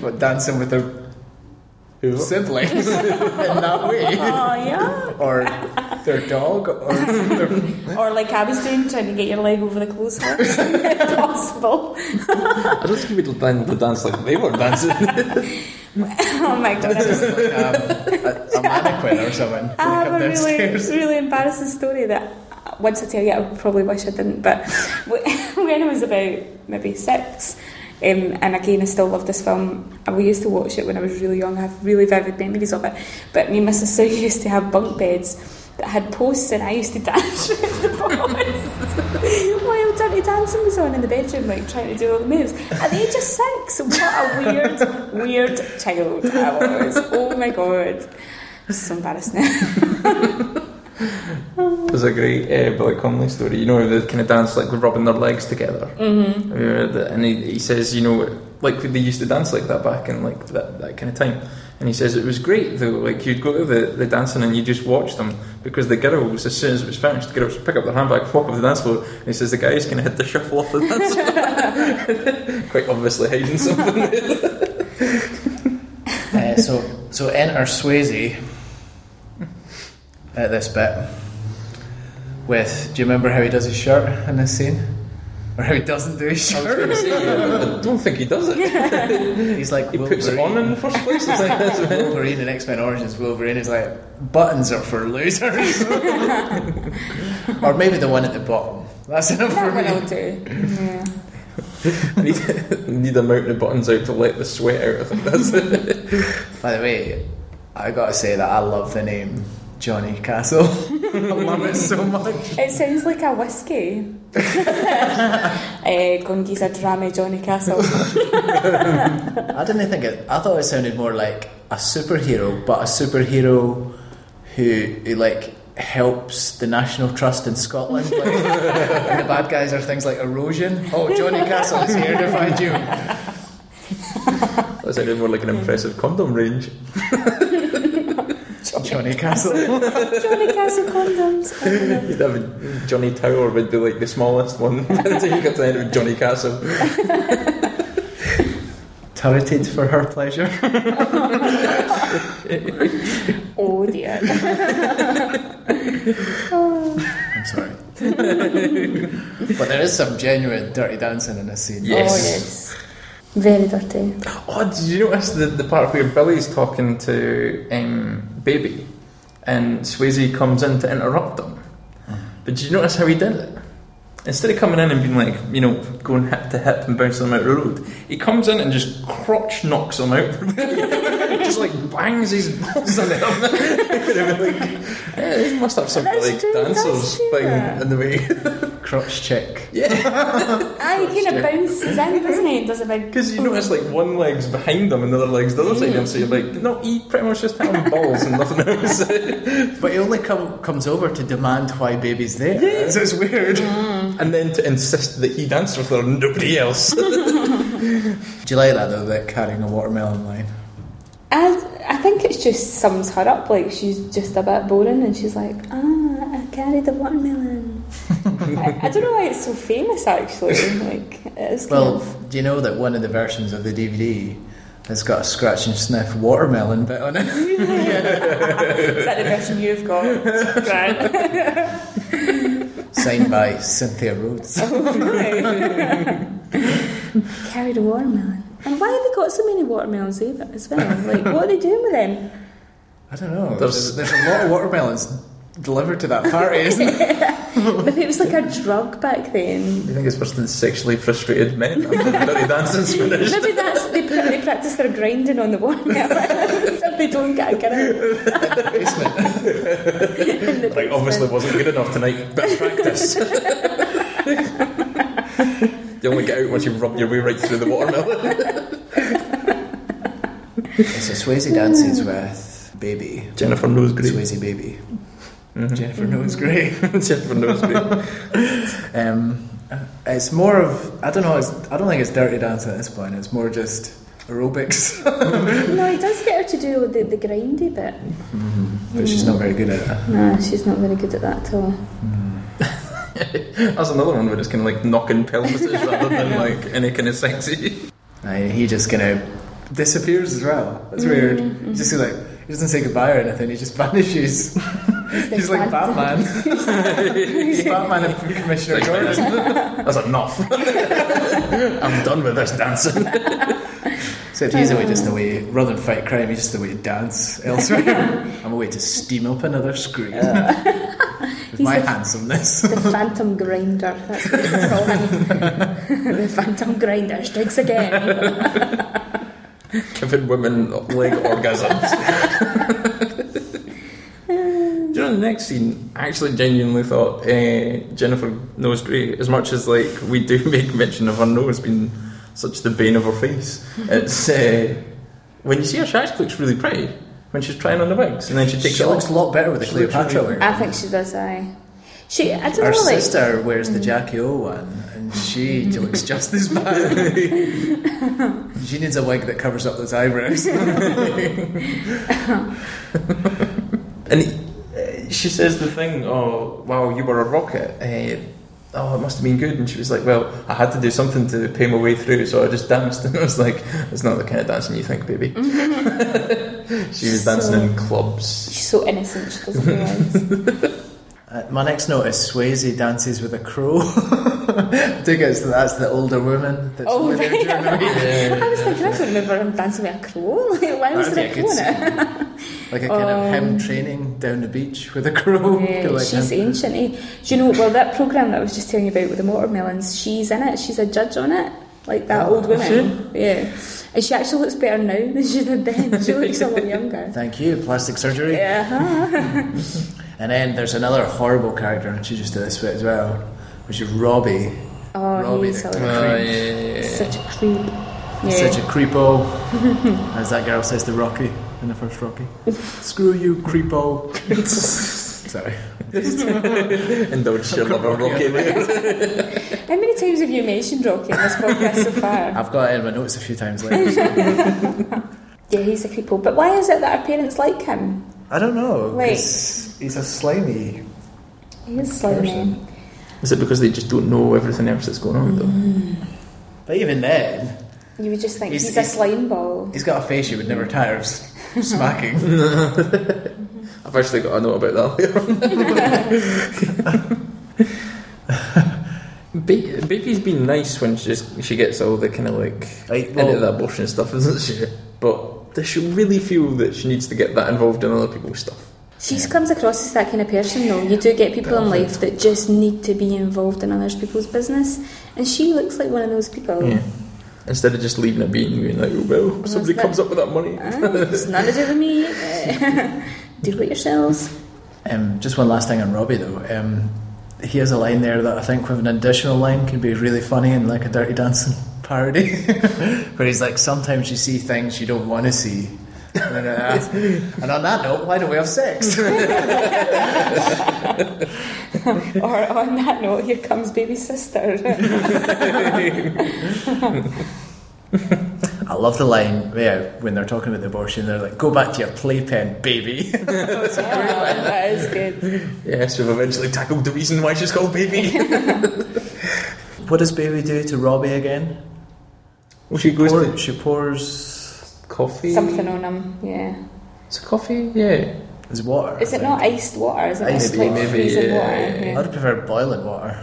S1: But dancing with their siblings in that way.
S2: oh yeah.
S1: Or their dog, or their
S2: Or like I was doing, trying to get your leg over the clothesline. If possible.
S3: I don't think we'd plan to dance like they were dancing.
S2: Oh my god.
S1: That's
S2: that was-
S1: just like a, a, a mannequin or something. They
S2: I have
S1: come
S2: a Ah, really,
S1: downstairs.
S2: really embarrassing story that uh, once I tell you, I probably wish I didn't. But when I was about maybe six, um, and again, I still love this film. and We used to watch it when I was really young. I have really vivid memories of it. But me and my sister used to have bunk beds that had posts, and I used to dance with the posts while Dirty Dancing was on in the bedroom, like trying to do all the moves. At the age of six, what a weird, weird child I was. Oh my god. So embarrassed now.
S3: There's a great uh, Billy Connolly story. You know, they kind of dance like rubbing their legs together.
S2: Mm-hmm.
S3: Have you heard that? And he, he says, you know, like they used to dance like that back in like that, that kind of time. And he says it was great though. Like you'd go to the, the dancing and you just watch them because the girls, as soon as it was finished, the girls would pick up their handbag, walk off the dance floor. And he says the guys kind of had to shuffle off the dance floor, quite obviously hiding something.
S1: Uh, so, so enter Swayze at this bit with. Do you remember how he does his shirt in this scene, or how he doesn't do his
S3: I was going
S1: shirt?
S3: to say, I don't think he does it.
S1: He's like
S3: He puts it on in the first place. It's like, that's
S1: Wolverine in X Men Origins. Wolverine is like buttons are for losers, or maybe the one at the bottom. That's enough for
S2: That one
S1: me.
S2: I'll do. Yeah.
S3: need, need a mountain of buttons out to let the sweat out. I think that's it.
S1: By the way, I gotta say that I love the name Johnny Castle. I love it so much.
S2: It sounds like a whiskey. uh, Gongi's a drama, Johnny Castle.
S1: I didn't think it. I thought it sounded more like a superhero, but a superhero who, who like helps the National Trust in Scotland. Like, and the bad guys are things like erosion. Oh, Johnny Castle's here to find you.
S3: That sounded more like an impressive condom range.
S1: Johnny Castle.
S2: Johnny Castle condoms. I don't know.
S3: You'd have a- Johnny Tower would be like the smallest one. so you got to end with Johnny Castle.
S1: Turreted for her pleasure.
S2: Oh dear. Oh.
S1: I'm sorry. but there is some genuine dirty dancing in this scene.
S3: Yes.
S2: Oh yes. Very dirty.
S3: Oh, did you notice the, the part where Billy's talking to um, Baby and Swayze comes in to interrupt him?
S2: Mm-hmm.
S3: But did you notice how he did it? Instead of coming in and being like, you know, going hip to hip and bouncing him out the road, he comes in and just crotch knocks him out. just like bangs his balls on him. like, yeah, they must have some
S2: That's
S3: like
S2: true, it does
S3: dancers
S2: do
S3: thing
S2: that.
S3: in the way.
S1: Oh, Crotch check.
S2: Aye, he kind of bounces in, doesn't he? Does a big.
S3: Because you notice like one leg's behind them and the other leg's the other side of them, so you're like, no, he pretty much just having balls and nothing else.
S1: But he only com- comes over to demand why baby's there. So it's weird.
S3: Mm. and then to insist that he danced with her and nobody else.
S1: Do you like that though, that carrying a watermelon line?
S2: I, I think it's just sums her up. Like she's just a bit boring, and she's like, ah, I carried a watermelon. I, I don't know why it's so famous. Actually, like it's kind
S1: Well,
S2: of
S1: do you know that one of the versions of the DVD has got a scratch and sniff watermelon bit on it?
S2: is that the version you've got? Right.
S1: Signed by Cynthia Rhodes.
S2: Carried a watermelon. And why have they got so many watermelons either as well? Like, what are they doing with them?
S1: I don't know.
S3: There's-
S1: There's, there's a lot of watermelons delivered to that party, isn't there?
S2: Maybe it was like a drug back then.
S3: Do you think it's worse than sexually frustrated men? Dirty dancing's finished.
S2: Maybe that's they, pra- they practice their grinding on the watermelon. so they don't get a grip
S1: Basement.
S2: in the
S3: Like, obviously wasn't good enough tonight, but practice. you only get out once you rub your way right through the watermelon.
S1: So Swayze dances with Baby.
S3: Jennifer knows great.
S1: Swayze Baby. Jennifer knows great.
S3: Jennifer knows great.
S1: Um, it's more of I don't know. It's, I don't think it's dirty dance at this point. It's more just aerobics,
S2: basement. No, he does get her to do the, the grindy bit.
S1: but she's not very good at it.
S2: No, she's not very good at that at all.
S3: That's another one where it's kind of like knocking pelvises rather than like any kind of sexy.
S1: I, he just kind of disappears as well.
S2: Mm-hmm,
S1: That's weird. He's just like he doesn't say goodbye or anything. He just vanishes. He's like Batman. He's Batman and Commissioner Gordon.
S3: That's enough. I'm done with this dancing.
S1: Except he's away just away, rather than fight crime, he's just away to dance elsewhere. I'm away to steam up another screen. With
S2: He's
S1: my
S2: a-
S1: handsomeness.
S2: The Phantom Grinder. That's what they call him. the Phantom Grinder strikes again.
S3: Giving women leg orgasms. Do you know the next scene? I actually genuinely thought eh, Jennifer knows great. As much as like we do make mention of her nose being such the bane of her face, it's uh, when you see her, she actually looks really pretty when she's trying on the wigs, and then she takes
S1: She
S3: it
S1: looks
S3: off.
S1: a lot better with the
S3: She looks
S1: Cleopatra
S3: really-
S1: wig.
S2: I think she does. I. She. I don't
S1: Her
S2: know. Like,
S1: sister wears
S2: Mm.
S1: the Jackie O one, and she looks just as bad. she needs a wig that covers up those eyebrows. Uh,
S3: And uh, she says the thing, oh, wow, you were a rocket. Uh, oh, it must have been good. And she was like, well, I had to do something to pay my way through, so I just danced. And I was like, it's not the kind of dancing you think, baby. she was dancing in clubs.
S2: she's so innocent. She doesn't realise.
S1: Uh, my next note is Swayze dances with a crow. I think it's that's the older woman that's
S2: Oh,
S1: over there
S2: right.
S1: during the week.
S2: I was thinking. I don't remember him dancing with a crow. Like, why was
S1: That'd
S2: there a
S1: be
S2: crow
S1: a
S2: in
S1: good
S2: it?
S1: Like a kind of him training down the beach with a crow.
S2: Yeah,
S1: Like
S2: she's
S1: him.
S2: ancient. Eh? Do you know? Well, that program that I was just telling you about with the watermelons, she's in it. She's a judge on it. Like that
S1: Oh,
S2: old
S3: is
S2: woman. Yeah, and she actually looks better now than she did then. She looks a lot younger.
S1: Thank you, plastic surgery.
S2: Yeah. uh-huh. huh?
S1: And then there's another horrible character, and she just did this bit as well, which is Robbie.
S2: Oh,
S1: Robbie
S2: he's
S1: the
S3: Ah,
S2: a- such a creep. Yeah.
S1: Such a creepo. as that girl says to Rocky in the first Rocky. Screw you, creepo. Sorry.
S3: Indulge your love of Rocky. there.
S2: How many times have you mentioned Rocky in this podcast so far?
S1: I've got it in my notes a few times later.
S2: yeah, he's a creepo. But why is it that our parents like him?
S1: I don't know.
S2: Wait.
S1: 'cause He's a slimy.
S2: He is slimy.
S1: Person.
S3: Is it because they just don't know everything else that's going on, though?
S1: But even then,
S2: You would just think he's,
S1: He's-
S2: a
S1: he's-
S2: slime ball.
S1: he's got a face you would never tire of s- smacking.
S3: I've actually got a note about that later on. Ba- Baby's been nice when she, just, she gets all the kind of like
S1: Like,
S3: into
S1: well-
S3: the abortion stuff, isn't she? But does she really feel that she needs to get that involved in other people's stuff?
S2: She just comes across as that kind of person, though. You do get people in life that just need to be involved in other people's business, and she looks like one of those people.
S3: Instead of just leaving it be and being like, oh, well, somebody
S2: that-
S3: comes up with that money.
S2: Ah, it's none to do with me. Deal with yourselves.
S1: Um, just one last thing on Robbie though. Um, he has a line there that I think with an additional line could be really funny and like a Dirty Dancing parody, where he's like, "Sometimes you see things you don't want to see." And, then, uh, and on that note, why don't we have sex?
S2: Or on that note, here comes baby sister.
S1: I love the line there when they're talking about the abortion. They're like, "Go back to your playpen, baby."
S2: Yeah, that is good.
S3: Yes, we've eventually tackled the reason why she's called baby.
S1: what does baby do to Robbie again?
S3: well, she goes
S1: Pour-
S3: to
S1: she pours
S3: coffee.
S2: Something on them, yeah.
S3: It's coffee. Yeah.
S1: is water. I
S2: Is it
S1: think.
S2: not iced water? Is it
S1: Iced
S2: just like
S1: water.
S3: Maybe,
S2: freezing
S3: yeah,
S2: water?
S3: yeah,
S1: I'd prefer boiling water.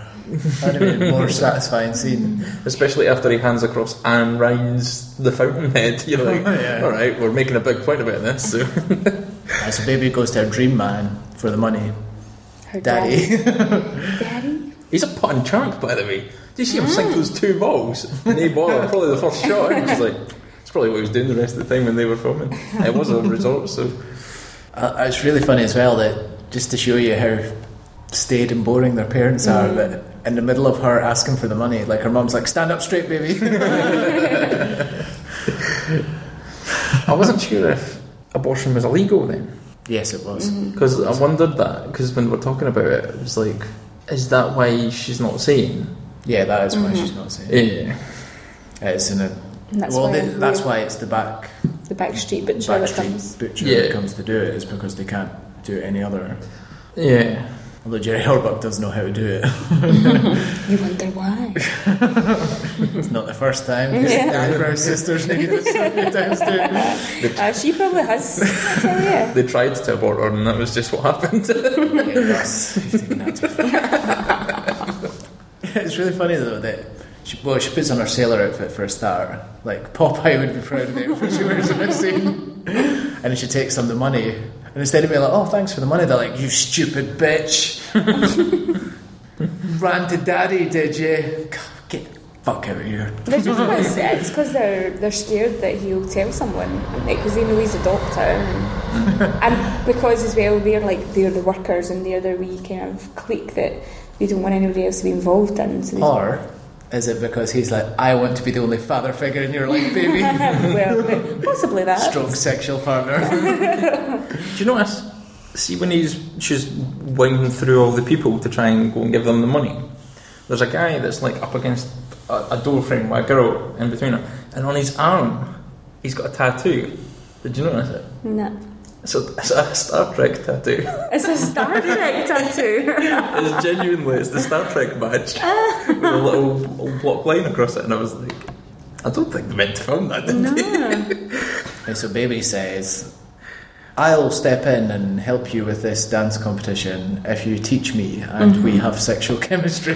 S1: That'd be a more satisfying scene.
S3: Especially after he hands across Anne Ryan's The Fountainhead. You're like,
S1: Oh, Yeah.
S3: all right, we're making a big point about this. So.
S1: Uh, so baby goes to her dream man for the money.
S2: Her
S1: Daddy.
S2: Daddy?
S3: He's a potting chunk, by the way. Did you see him sink those two balls? And he ball, probably the first shot. It was like, it's probably what he was doing the rest of the time when they were filming. It was a resort, so.
S1: Uh, it's really funny as well that just to show you how staid and boring their parents are,
S2: Mm-hmm.
S1: that in the middle of her asking for the money, like her mum's like, "Stand up straight, baby."
S3: I wasn't sure if abortion was illegal then.
S1: yes, it was.
S2: Mm-hmm.
S3: Because I wondered that, because when we were talking about it, it was like, is that why she's not saying?
S1: Yeah, that is
S2: Mm-hmm.
S1: why she's not saying.
S3: Yeah.
S1: It's in a
S2: And that's
S1: well,
S2: why
S1: they, that's why it's the back
S2: the back street butcher that comes.
S1: backstreet butcher
S3: Yeah.
S1: that comes to do it is because they can't do it any other.
S3: Yeah.
S1: Although Jerry Horbuck does know how to do it.
S2: You wonder why.
S1: It's not the first time. His
S2: Yeah.
S1: eyebrow sisters they did it so many times too.
S2: Uh, she probably has. I tell you.
S3: They tried to abort her, and that was just what happened.
S1: Yeah, that's- he's taken that too far. it's really funny though that she, well she puts on her sailor outfit for a start. Like Popeye would be proud of the outfit she wears in this scene. And then she takes them the money. And instead of being like, "Oh, thanks for the money," they're like, "You stupid bitch! Ran to daddy, did you? God, get the fuck out of here!"
S2: They're just 'cause- it's because they're they're scared that he'll tell someone, because they know he's a doctor, and, and because as well they're like they're the workers and they're the wee kind of clique that they don't want anybody else to be involved in. So they
S1: Or is it because he's like, "I want to be the only father figure in your life, baby"?
S2: well, possibly that.
S1: Strong sexual partner.
S3: Do you notice? See, when he's she's winding through all the people to try and go and give them the money, there's a guy that's like up against a, a door frame with a girl in between her, and on his arm, he's got a tattoo. Did you notice it?
S2: No.
S3: It's a, it's a Star Trek tattoo.
S2: It's a star director too.
S3: It's genuinely it's the Star Trek badge with a little, little block line across it, and I was like, I don't think they meant to film that, did they?
S1: And so Baby says, I'll step in and help you with this dance competition if you teach me and we
S2: Mm-hmm.
S1: have sexual chemistry.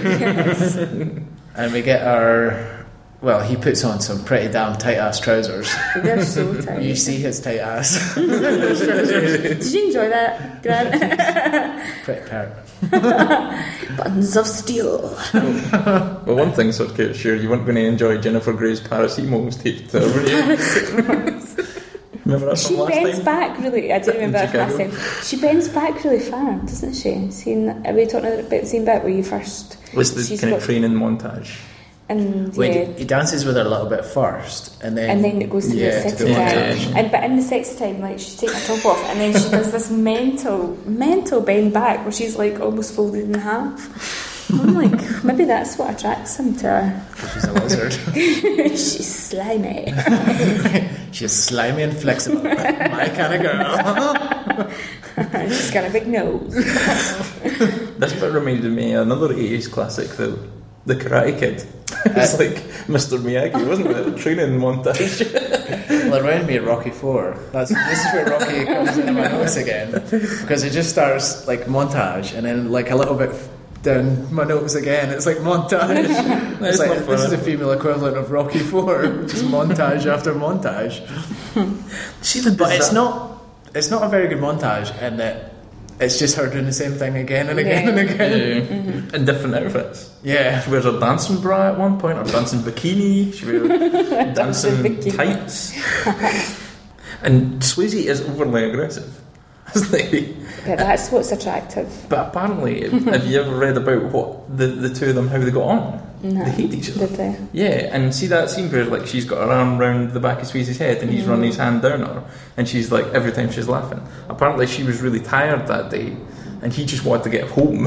S1: and we get our. Well, he puts on some pretty damn tight ass trousers.
S2: They're so
S1: You
S2: tight.
S1: see his tight ass.
S2: Did you enjoy that, Grant?
S1: pretty pert.
S2: Buttons of steel.
S3: Well, one thing's for sure, you weren't going to enjoy Jennifer Grey's paracetamol's taped to her, were you? Remember that
S2: She
S3: from last
S2: bends
S3: time?
S2: back really. I do remember that from last
S3: Chicago.
S2: time. She bends back really far, doesn't she? Seen? Are we talking about the same bit where you first?
S3: What's the
S2: she's
S3: kind
S2: got-
S3: of training montage?
S2: And
S1: Wait,
S2: yeah.
S1: he dances with her a little bit first and then.
S2: And then it goes to
S1: Yeah, to
S2: the sexy
S1: the
S2: time,
S3: montage.
S2: and but in the sexy time, like she's taking her top off, and then she does this mental, mental bend back where she's like almost folded in half. I'm like, maybe that's what attracts him to her.
S1: She's a lizard.
S2: she's slimy.
S1: She's slimy and flexible. My kind of girl.
S2: she's got a big nose.
S3: This bit reminded me of another 80s classic, The, the Karate Kid.
S1: Uh,
S3: it's like Mr. Miyagi, wasn't it? training montage.
S1: Well, it reminded me of Rocky Four. That's this is where Rocky comes into my notes again because it just starts like montage and then like a little bit down my notes again. It's like montage. it's
S3: It's not
S1: like this is
S3: fun.
S1: a female equivalent of Rocky Four, just montage after montage. but it's not. It's not a very good montage, and that it's just her doing the same thing again and again
S2: Yeah.
S1: and again.
S3: In different outfits.
S1: Yeah.
S3: She wears a dancing bra at one point, or dancing bikini. She wears dancing
S2: bikini.
S3: tights. and Swayze is overly aggressive. It's like,
S2: But that's what's attractive.
S3: but apparently, have you ever read about what the, the two of them how they got on?
S2: No.
S3: They hate each other.
S2: Did they?
S3: Yeah, and see that scene where like she's got her arm round the back of Swayze's head and he's
S2: Mm-hmm.
S3: running his hand down her, and she's like every time she's laughing. Apparently, she was really tired that day, and he just wanted to get home.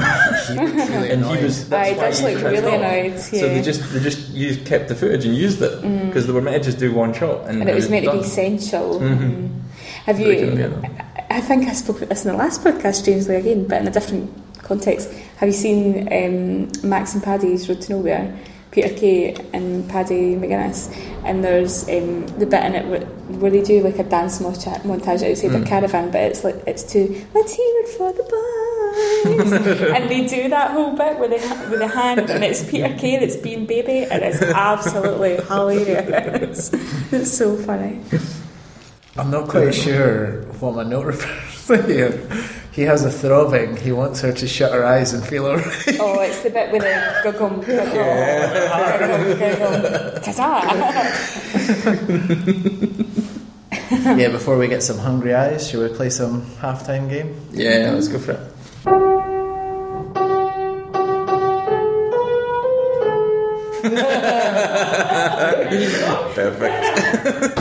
S1: really
S3: and he
S1: annoyed.
S3: was
S2: I
S3: that's why
S2: that's
S3: he
S2: like
S3: tripped
S2: really
S3: up.
S2: annoyed. Yeah. Mm.
S3: So they just they just used, kept the footage and used it because they were meant to just do one shot, and,
S2: and it was meant to be
S3: done.
S2: essential.
S3: Mhm.
S2: Have
S3: But it couldn't be
S2: you?
S3: done.
S2: I think I spoke about this in the last podcast, strangely again, but in a different context. Have you seen um, Max and Paddy's Road to Nowhere? Peter Kay and Paddy McGuinness, and there's um, the bit in it where, where they do like a dance mo- montage outside their
S3: Mm.
S2: caravan, but it's like it's to let's hear it for the boys, and they do that whole bit with the with the hand, and it's Peter Kay that's being baby, and it's absolutely hilarious. it's so funny.
S1: I'm not quite sure what my note refers to here. He has a throbbing. He wants her to shut her eyes and feel alright.
S2: Oh, it's the bit with the gugum. Yeah. Ta-ta!
S1: yeah, before we get some hungry eyes, should we play some halftime game?
S3: Yeah, let's go for it. Perfect.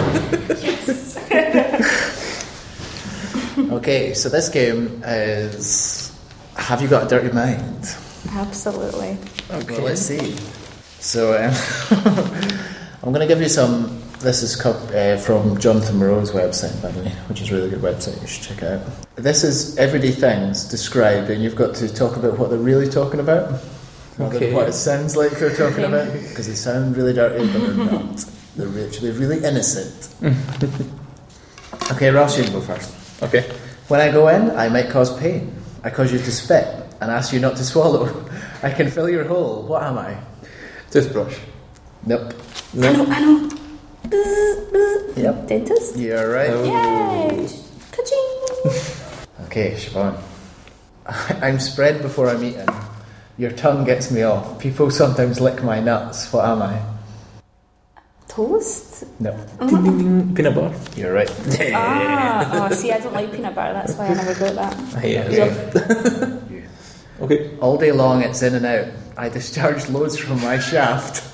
S1: Okay, so this game is Have You Got a Dirty Mind?
S2: Absolutely.
S1: Okay. Well, let's see. So, um, I'm going to give you some. This is co- uh, from Jonathan Moreau's website, by the way, which is a really good website. You should check it out. This is everyday things described, and you've got to talk about what they're really talking about, rather
S3: Okay.
S1: than what it sounds like they're talking
S2: Okay.
S1: about, because they sound really dirty, but they're not. They're re- actually really innocent. okay, Ross, you can go first.
S3: Okay.
S1: When I go in, I might cause pain. I cause you to spit and ask you not to swallow. I can fill your hole. What am I?
S3: Toothbrush.
S1: Nope.
S2: I
S3: No.
S2: know, I know. Bzz, bzz.
S1: Yep.
S2: Dentist?
S1: You're right.
S2: Yay! Ka-ching!
S1: Okay, Siobhan. I'm spread before I'm eaten. Your tongue gets me off. People sometimes lick my nuts. What am I?
S2: Toast?
S1: No.
S3: Peanut butter.
S1: You're right.
S2: Ah, oh, see, I don't like peanut butter, that's why I never got that.
S3: I hate it.
S2: Yeah.
S3: Okay.
S1: All day long, it's in and out. I discharge loads from my shaft.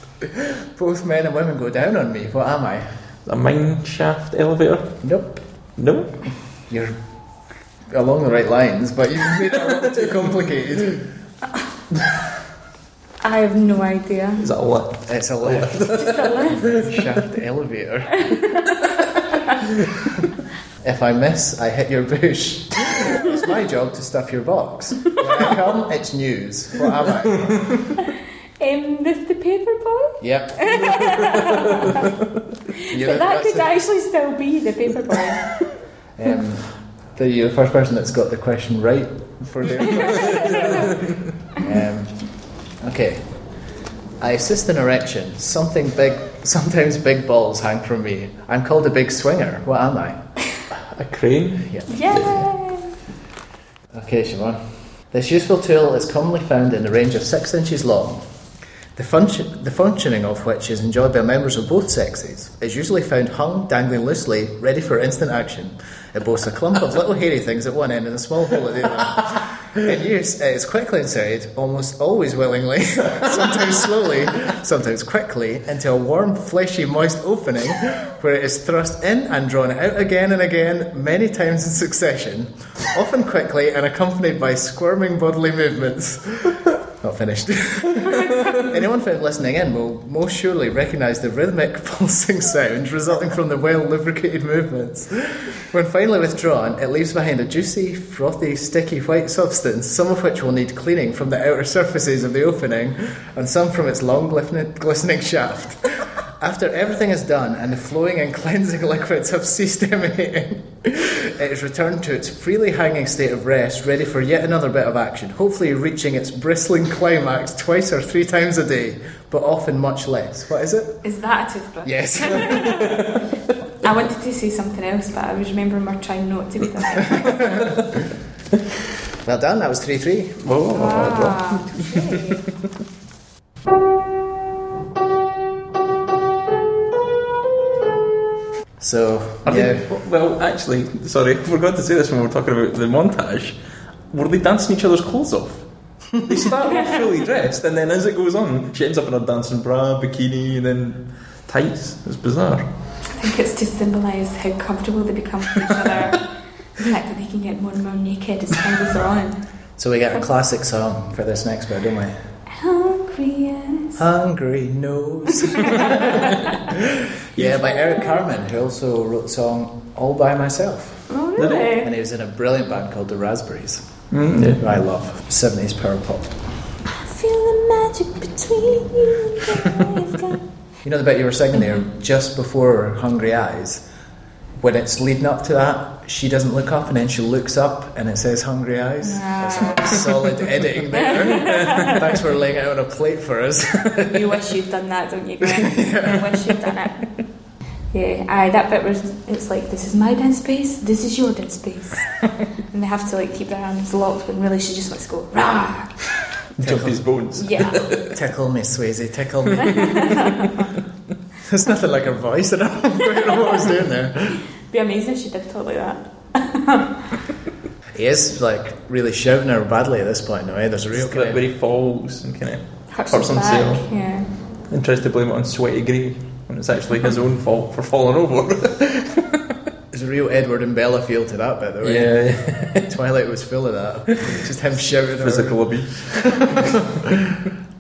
S1: Both men and women go down on me. What am I?
S3: A mine shaft elevator.
S1: Nope.
S3: No.
S1: You're along the right lines, but you've made it a lot too complicated.
S2: I have no idea.
S3: Is that a lift?
S1: It's a lift.
S2: Just a lift.
S1: Shaft elevator. if I miss, I hit your bush. it's my job to stuff your box. When I come, it's news. What am I?
S2: Um, the, the paper boy?
S1: Yep. You
S2: But
S1: know,
S2: that
S1: that's
S2: could actually still be the paper boy.
S1: it. Um, the, you're the first person that's got the question right for the um, Okay. I assist an erection. Something big, sometimes big balls hang from me. I'm called a big swinger. What am I?
S3: A crane.
S2: Yay!
S1: Okay, Siobhan. This useful tool is commonly found in the range of six inches long. The, function, the functioning of which is enjoyed by members of both sexes is usually found hung, dangling loosely, ready for instant action. It boasts a clump of little hairy things at one end and a small hole at the other. In use, it is quickly inserted, almost always willingly, sometimes slowly, sometimes quickly, into a warm, fleshy, moist opening where it is thrust in and drawn out again and again, many times in succession, often quickly and accompanied by squirming bodily movements. Not finished. Anyone found listening in will most surely recognise the rhythmic pulsing sound resulting from the well lubricated movements. When finally withdrawn, it leaves behind a juicy, frothy, sticky white substance, some of which will need cleaning from the outer surfaces of the opening and some from its long glisten- glistening shaft. After everything is done and the flowing and cleansing liquids have ceased emanating, it is returned to its freely hanging state of rest, ready for yet another bit of action, hopefully reaching its bristling climax twice or three times a day, but often much less. What is it?
S2: Is that a toothbrush?
S1: Yes.
S2: I wanted to say something else, but I was remembering we're trying not to be that.
S1: well done, that was 3 3.
S3: Oh,
S2: Ah, touche.
S1: So,
S3: Are
S1: yeah.
S3: they, well, actually, sorry, I forgot to say this when we were talking about the montage. Were they dancing each other's clothes off? They start off fully dressed, and then as it goes on, she ends up in a dancing bra, bikini, and then tights. It's bizarre.
S2: I think it's to symbolise how comfortable they become with each other. The fact that they can get more and more naked as time goes on.
S1: So we get a classic song for this next bit, don't we?
S2: Hungry as.
S1: Hungry Nose. yeah, by Eric Carmen, who also wrote the song All By Myself.
S4: Oh,
S3: Did it?
S4: really?
S1: And he was in a brilliant band called The Raspberries,
S3: Mm,
S1: who I love. 70s power pop.
S2: I feel the magic between you and I. It's got-
S1: You know the bit you were singing there, just before Hungry Eyes? When it's leading up to that, she doesn't look up and then she looks up and it says Hungry Eyes.
S4: Ah.
S1: Solid editing there. Thanks for laying it on a plate for us.
S4: you wish you'd done that, don't you, Grant?
S2: I wish you'd done it. Yeah, aye, that bit was. It's like this is my dance space, this is your dance space, and they have to like keep their hands locked when really she just wants to go rah.
S3: Jump his bones.
S2: Yeah,
S1: Tickle me, Swayze, tickle me. There's nothing like her voice at all. I don't know what I was doing there.
S2: be amazing if she did talk like that.
S1: He is like really shouting her badly at this point, no? Eh? There's a real
S3: It's like
S1: kind
S3: where
S1: of,
S3: he falls and kind of
S2: Hurts
S3: Hurts
S2: her
S3: himself.
S2: back. Yeah,
S3: and tries to blame it on Sweaty Grey when it's actually his own fault for falling over.
S1: there's a real Edward and Bella feel to that bit, though. eh?
S3: yeah,
S1: Twilight was full of that. Just him shouting. at her.
S3: physical abuse.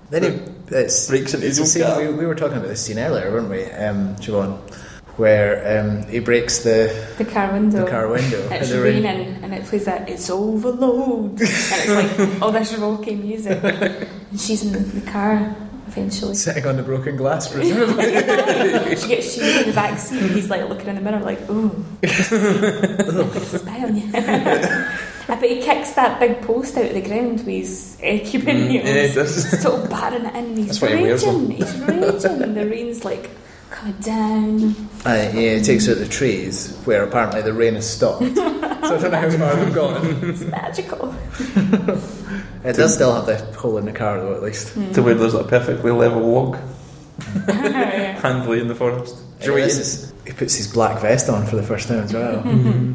S1: Then he it's,
S3: Breaks into
S1: it's a
S3: his
S1: scene,
S3: own
S1: we,
S3: car.
S1: we were talking about this scene earlier, weren't we, um, Siobhan? Where um, he breaks the,
S2: the car window.
S1: the car window.
S2: It's
S1: And the rain-
S2: raining and it plays that it's overload and it's like all this rocky music and she's in the, the car eventually she
S1: Sitting on the broken glass, presumably.
S2: gets she in the back seat and he's like looking in the mirror like ooh I'm gonna spy on you I bet he kicks that big post out of the ground with his
S3: Mm,
S2: equipment
S3: yeah, it
S2: he's
S3: does.
S2: still battering it in he's
S3: That's why he wears
S2: raging he's raging the rain's like come down
S1: Uh, yeah, he takes her to the trees where apparently the rain has stopped. so I don't know how far they've gone.
S2: it's magical
S1: It does still have the hole in the car though, at least.
S3: to where there's a perfectly level log
S2: Yeah.
S3: handily in the forest. Do you, know
S1: Yeah,
S3: what
S1: this
S3: he-
S1: is- he puts his black vest on for the first time as well.
S3: Mm-hmm.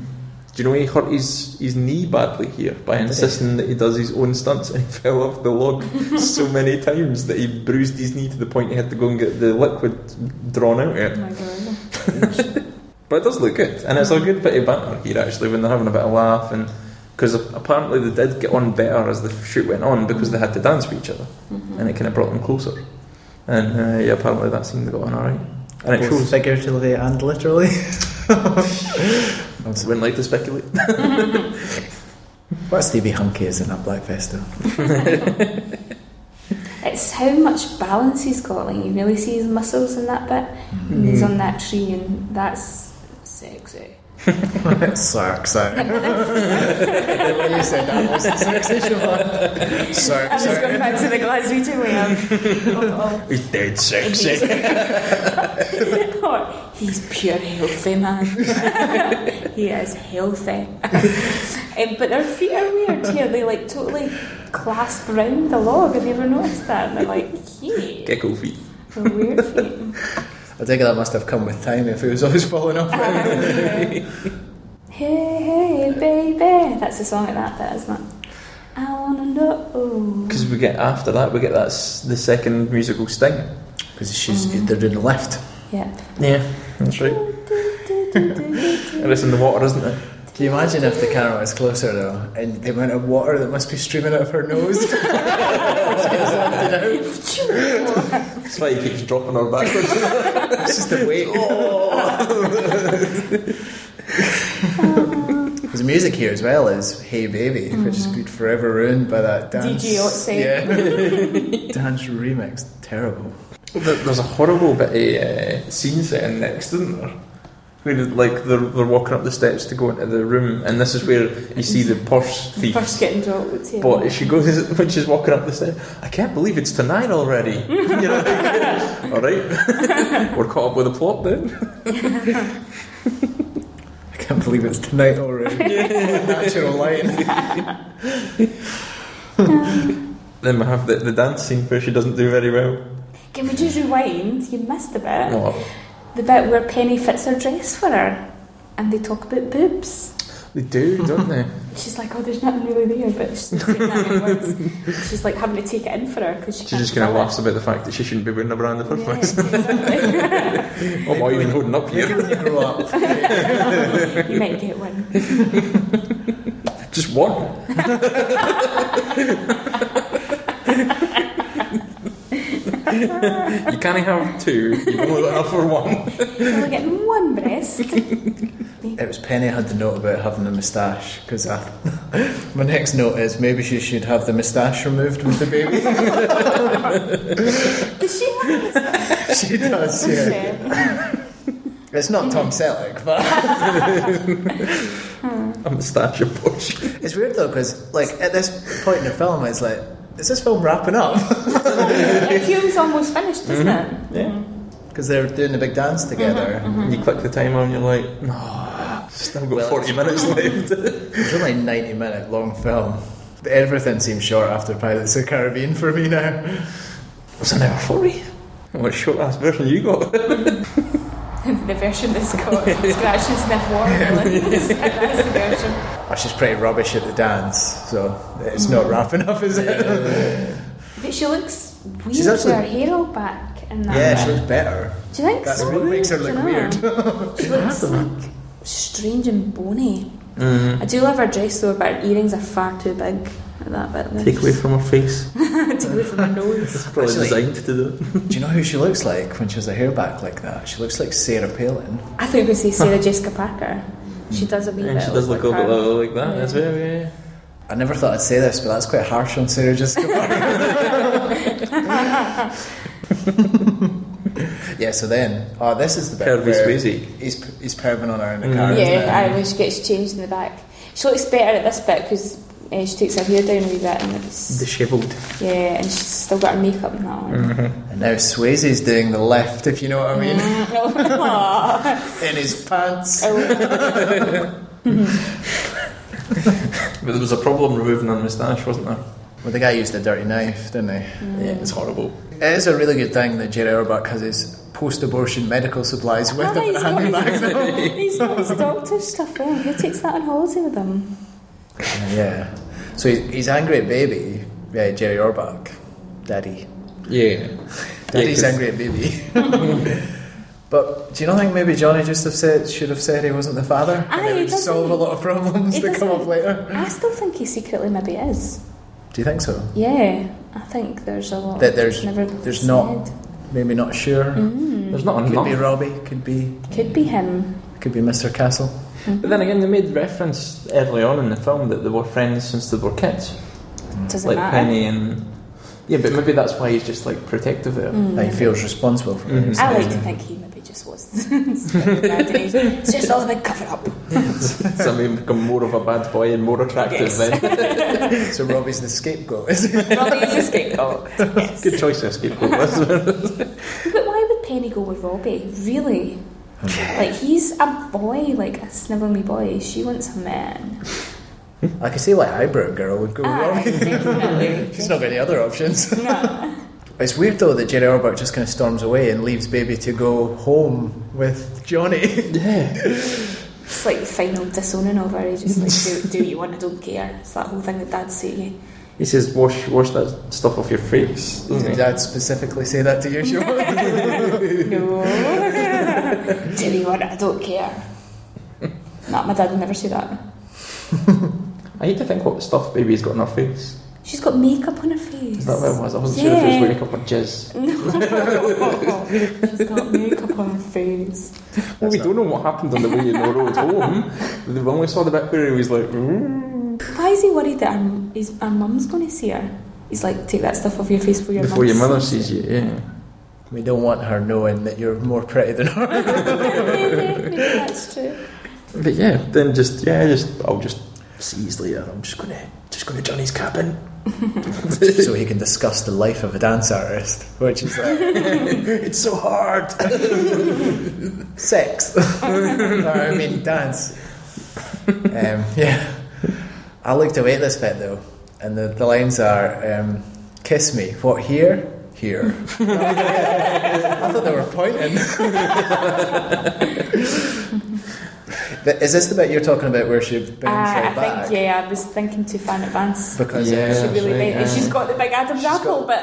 S3: do you know he hurt his, his knee badly here by insisting that he does his own stunts and he fell off the log so many times that he bruised his knee to the point he had to go and get the liquid drawn out of
S2: oh
S3: it.
S2: my god
S3: But it does look good, and it's a good bit of banter here actually when they're having a bit of laugh and because apparently they did get on better as the shoot went on because they had to dance with each other
S2: Mhm.
S3: and it kind of brought them closer. And uh, yeah, apparently that seemed to go on alright. And it
S1: Both
S3: shows.
S1: figuratively and literally.
S3: Wouldn't like to speculate.
S1: What Stevie Hunky is in that black vest though?
S2: It's how much balance he's got. Like you really see his muscles in that bit. And he's on that tree, and that's sexy.
S1: Sark, Sark. the way you said that was the sexy Siobhan.
S2: I'm
S1: Sark,
S2: just
S1: Sark.
S2: going back to the Glaswegian way of.
S3: He's dead
S2: of- of- He's pure healthy man. he is healthy. Um, but their feet are weird here. They like totally clasp round the log. Have you ever noticed that? And they're like, yeah,
S3: Gecko feet.
S2: they're weird feet.
S1: I think that must have come with time if he was always falling off.
S2: hey, hey, baby. That's the song at that bit, isn't it? I wanna know.
S3: Because we get after that, we get that's the second musical sting.
S1: Because she's they're doing the lift.
S2: Yep.
S3: Yeah, that's right. And it's in the water, isn't it?
S1: Can you imagine if the camera was closer though, and the amount of water that must be streaming out of her nose? She has emptied out.
S3: That's why he keeps dropping her backwards.
S1: it's just the weight. His music here as well is "Hey Baby," which is good forever ruined by that dance.
S2: DJ Otse.
S1: Yeah, dance remix, terrible.
S3: There- There's a horrible bit of uh, scene setting next, isn't there? Where like they're, they're walking up the steps to go into the room, and this is where you see the purse thief.
S2: First getting dropped. Yeah.
S3: But she goes when she's walking up the stairs. I can't believe it's tonight already. You know, like, all right, we're caught up with a plot then.
S1: I can't believe it's tonight already. Natural line.
S3: Then we have the, the dance scene where she doesn't do very well.
S2: Can we just rewind? You missed a bit.
S3: What?
S2: The bit where Penny fits her dress for her, and they talk about boobs.
S3: They do, don't they?
S2: She's like, oh, there's nothing really there, but she's, not taking that in words. she's like having to take it in for her because she
S3: She
S2: can't
S3: just kind of
S2: fill it.
S3: laughs about the fact that she shouldn't be wearing a bra in the first
S2: Yeah,
S3: place.
S2: exactly.
S3: What am I even holding up
S1: Maybe
S3: here?
S1: when you grow up,
S2: you might get one.
S3: Just one. you can't have two. You've only got enough for one.
S2: You're only getting one breast.
S1: It was Penny had the note about having a moustache because my next note is maybe she should have the moustache removed with the baby.
S2: Does she have a moustache?
S1: she does, yeah. It's not Tom Selleck, but
S3: A moustache abortion.
S1: it's weird though because like at this point in the film, it's like, is this film wrapping up?
S4: It feels almost finished, doesn't it?
S1: Mm-hmm.
S3: Yeah.
S1: Because they're doing the big dance together.
S3: You click the timer and you're like, no, still got
S1: Well,
S3: 40 minutes left.
S1: It's only a 90 minute long film. Everything seems short after Pirates of the Caribbean for me now.
S3: Was an hour 40? What short ass version you got?
S4: The version that's got scratches, sniff, war, villains. That's the version.
S1: Oh, she's pretty rubbish at the dance, so it's not wrapping up, is it?
S2: But she looks weird
S1: She's
S2: with
S1: actually-
S2: her hair all back and that.
S1: Yeah, she looks better.
S2: Do you think
S1: That's
S2: so?
S1: what makes her
S2: Do you
S1: look
S2: know?
S1: weird.
S2: she looks like strange and bony.
S3: Mm-hmm.
S2: I do love her dress though, but her earrings are far too big at that bit.
S3: Mm. Take away from her face.
S2: Take away from her nose.
S3: It's probably
S1: Actually-
S3: designed to do it.
S1: Do you know who she looks like when she has her hair back like that? She looks like Sarah Palin.
S2: I thought you were going to say Sarah Jessica Parker. She does a wee
S3: And
S2: bit.
S3: she does
S2: look
S3: look a
S2: like
S3: little
S2: her.
S3: bit like that as well, yeah.
S1: I never thought I'd say this, but that's quite harsh on Sarah Jessica Parker. yeah, so then, oh, this is the bit
S3: Pervy
S1: where
S3: Swayze.
S1: he's he's perving on her in the
S3: Mm.
S1: car. isn't it?
S2: Yeah, I when she gets changed in the back. She looks better at this bit because uh, she takes her hair down a wee bit and it's
S3: Dishevelled.
S2: yeah, and she's still got her makeup and that on.
S1: Mm. And now Swayze's doing the left, if you know what I mean,
S2: Aw.
S1: in his pants.
S3: But there was a problem removing her moustache, wasn't there?
S1: Well, the guy used a dirty knife, didn't he?
S2: Mm.
S3: Yeah, it's horrible.
S1: It is a really good thing that Jerry Orbach has his post-abortion medical supplies with him at Handy Magnum.
S2: He's got his doctor stuff on. Who takes that on holiday with him?
S1: Yeah. So he- he's angry at baby, yeah, Jerry Orbach, daddy.
S3: Yeah.
S1: Daddy's angry at baby. but do you not think maybe Johnny just have said should have said he wasn't the father?
S2: Aye,
S1: and it
S2: he
S1: would
S2: doesn't.
S1: solve a lot of problems
S2: He
S1: that come up
S2: doesn't.
S1: later.
S2: I still think he secretly maybe is.
S1: Do you think so?
S2: Yeah, I think there's a lot
S1: That there's-
S2: never
S1: there's
S2: said.
S1: not- Maybe not sure.
S2: Mm.
S3: There's not
S1: Could be
S3: enough.
S1: Robbie. Could be
S2: Could be him.
S1: could be Mr. Castle.
S3: But then again, they made reference early on in the film that they were friends since they were kids.
S2: Doesn't
S3: Like
S2: matter.
S3: Penny and. Yeah, but maybe that's why he's just like protective of
S2: Mm.
S3: it.
S1: That he feels responsible for
S3: Mhm.
S1: it.
S2: I like to think he maybe just was. it's just all a big cover up.
S3: so I mean, become more of a bad boy and more attractive
S2: Yes.
S3: then.
S1: So Robbie's the scapegoat. Is he?
S2: Robbie is a scapegoat. Yes.
S3: Good choice of scapegoat, wasn't it?
S2: But why would Penny go with Robbie? Really? Like he's a boy, like a snivelly boy. She wants a man.
S1: I could see why eyebrow girl would go with
S2: Ah,
S1: Robbie.
S2: definitely.
S1: She's not got any other options.
S2: No.
S1: It's weird though that Jerry Orbach just kind of storms away and leaves Baby to go home with Johnny.
S3: Yeah.
S2: It's like the final disowning of her. You just like do, do what you want. I don't care. It's that whole thing that Dad said.
S3: He says, wash, wash that stuff off your face. doesn't
S1: Did
S3: he?
S1: Dad specifically say that to you, Siobhan?
S2: No. do you want? it? I don't care. Not my dad would never say that.
S3: I hate to think what stuff baby's got in her face.
S2: She's got makeup on her face.
S3: Is that what it was? I wasn't sure if it
S2: Yeah.
S3: was makeup or jizz.
S2: No. She's got makeup on her face.
S3: Well, we
S1: That's
S3: don't know what happened on the way in the road home. We only saw the bit where he was like, "Mm."
S2: Why is he worried that her, his, her mum's going to see her? He's like, take that stuff off your face before your
S3: before your
S2: mum
S3: mother sees you. Yeah.
S1: We don't want her knowing that you're more pretty than her.
S2: Maybe, maybe that's true.
S3: But yeah, then just yeah, just I'll just see you later.
S1: uh, I'm just gonna just go to Johnny's cabin. so he can discuss the life of a dance artist, which is like it's so hard. Sex. no, I mean dance. Um, yeah. I looked away at this bit though, and the, the lines are um, kiss me. What here? Here. I thought they were pointing. But Is this the bit you're talking about where she bounces
S2: Uh, I
S1: right back?
S2: think yeah, I was thinking too far in advance.
S1: because
S3: Yeah.
S2: she really
S3: right,
S2: meant it.
S3: yeah.
S2: She's got the big Adam's apple, but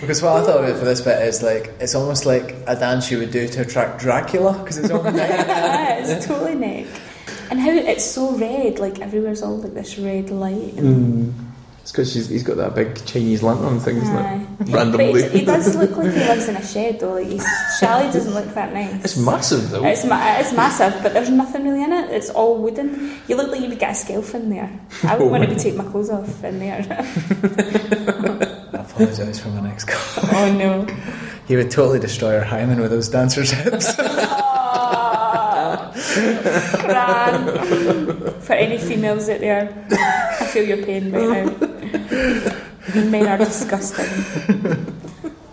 S1: because what I thought about for this bit is like it's almost like a dance you would do to attract Dracula because it's all night.
S2: it's totally Nick. And how it's so red, like everywhere's all like this red light. And
S3: Mm. It's because he's got that big Chinese lantern thing, Mm, isn't it?
S2: Aye. But
S3: Randomly.
S2: he, he does look like he lives in a shed though. Like he's, Chalet doesn't look that nice.
S3: It's massive though.
S2: It's, ma- it's massive, but there's nothing really in it. It's all wooden. You look like you would get a scalp in there. I would want to be taking Oh my clothes off in there.
S1: I apologise for my next call.
S2: oh no.
S1: He would totally destroy her hymen with those dancers' hips.
S2: Oh, Gran. For any females out there, I feel your pain right now. Men are disgusting.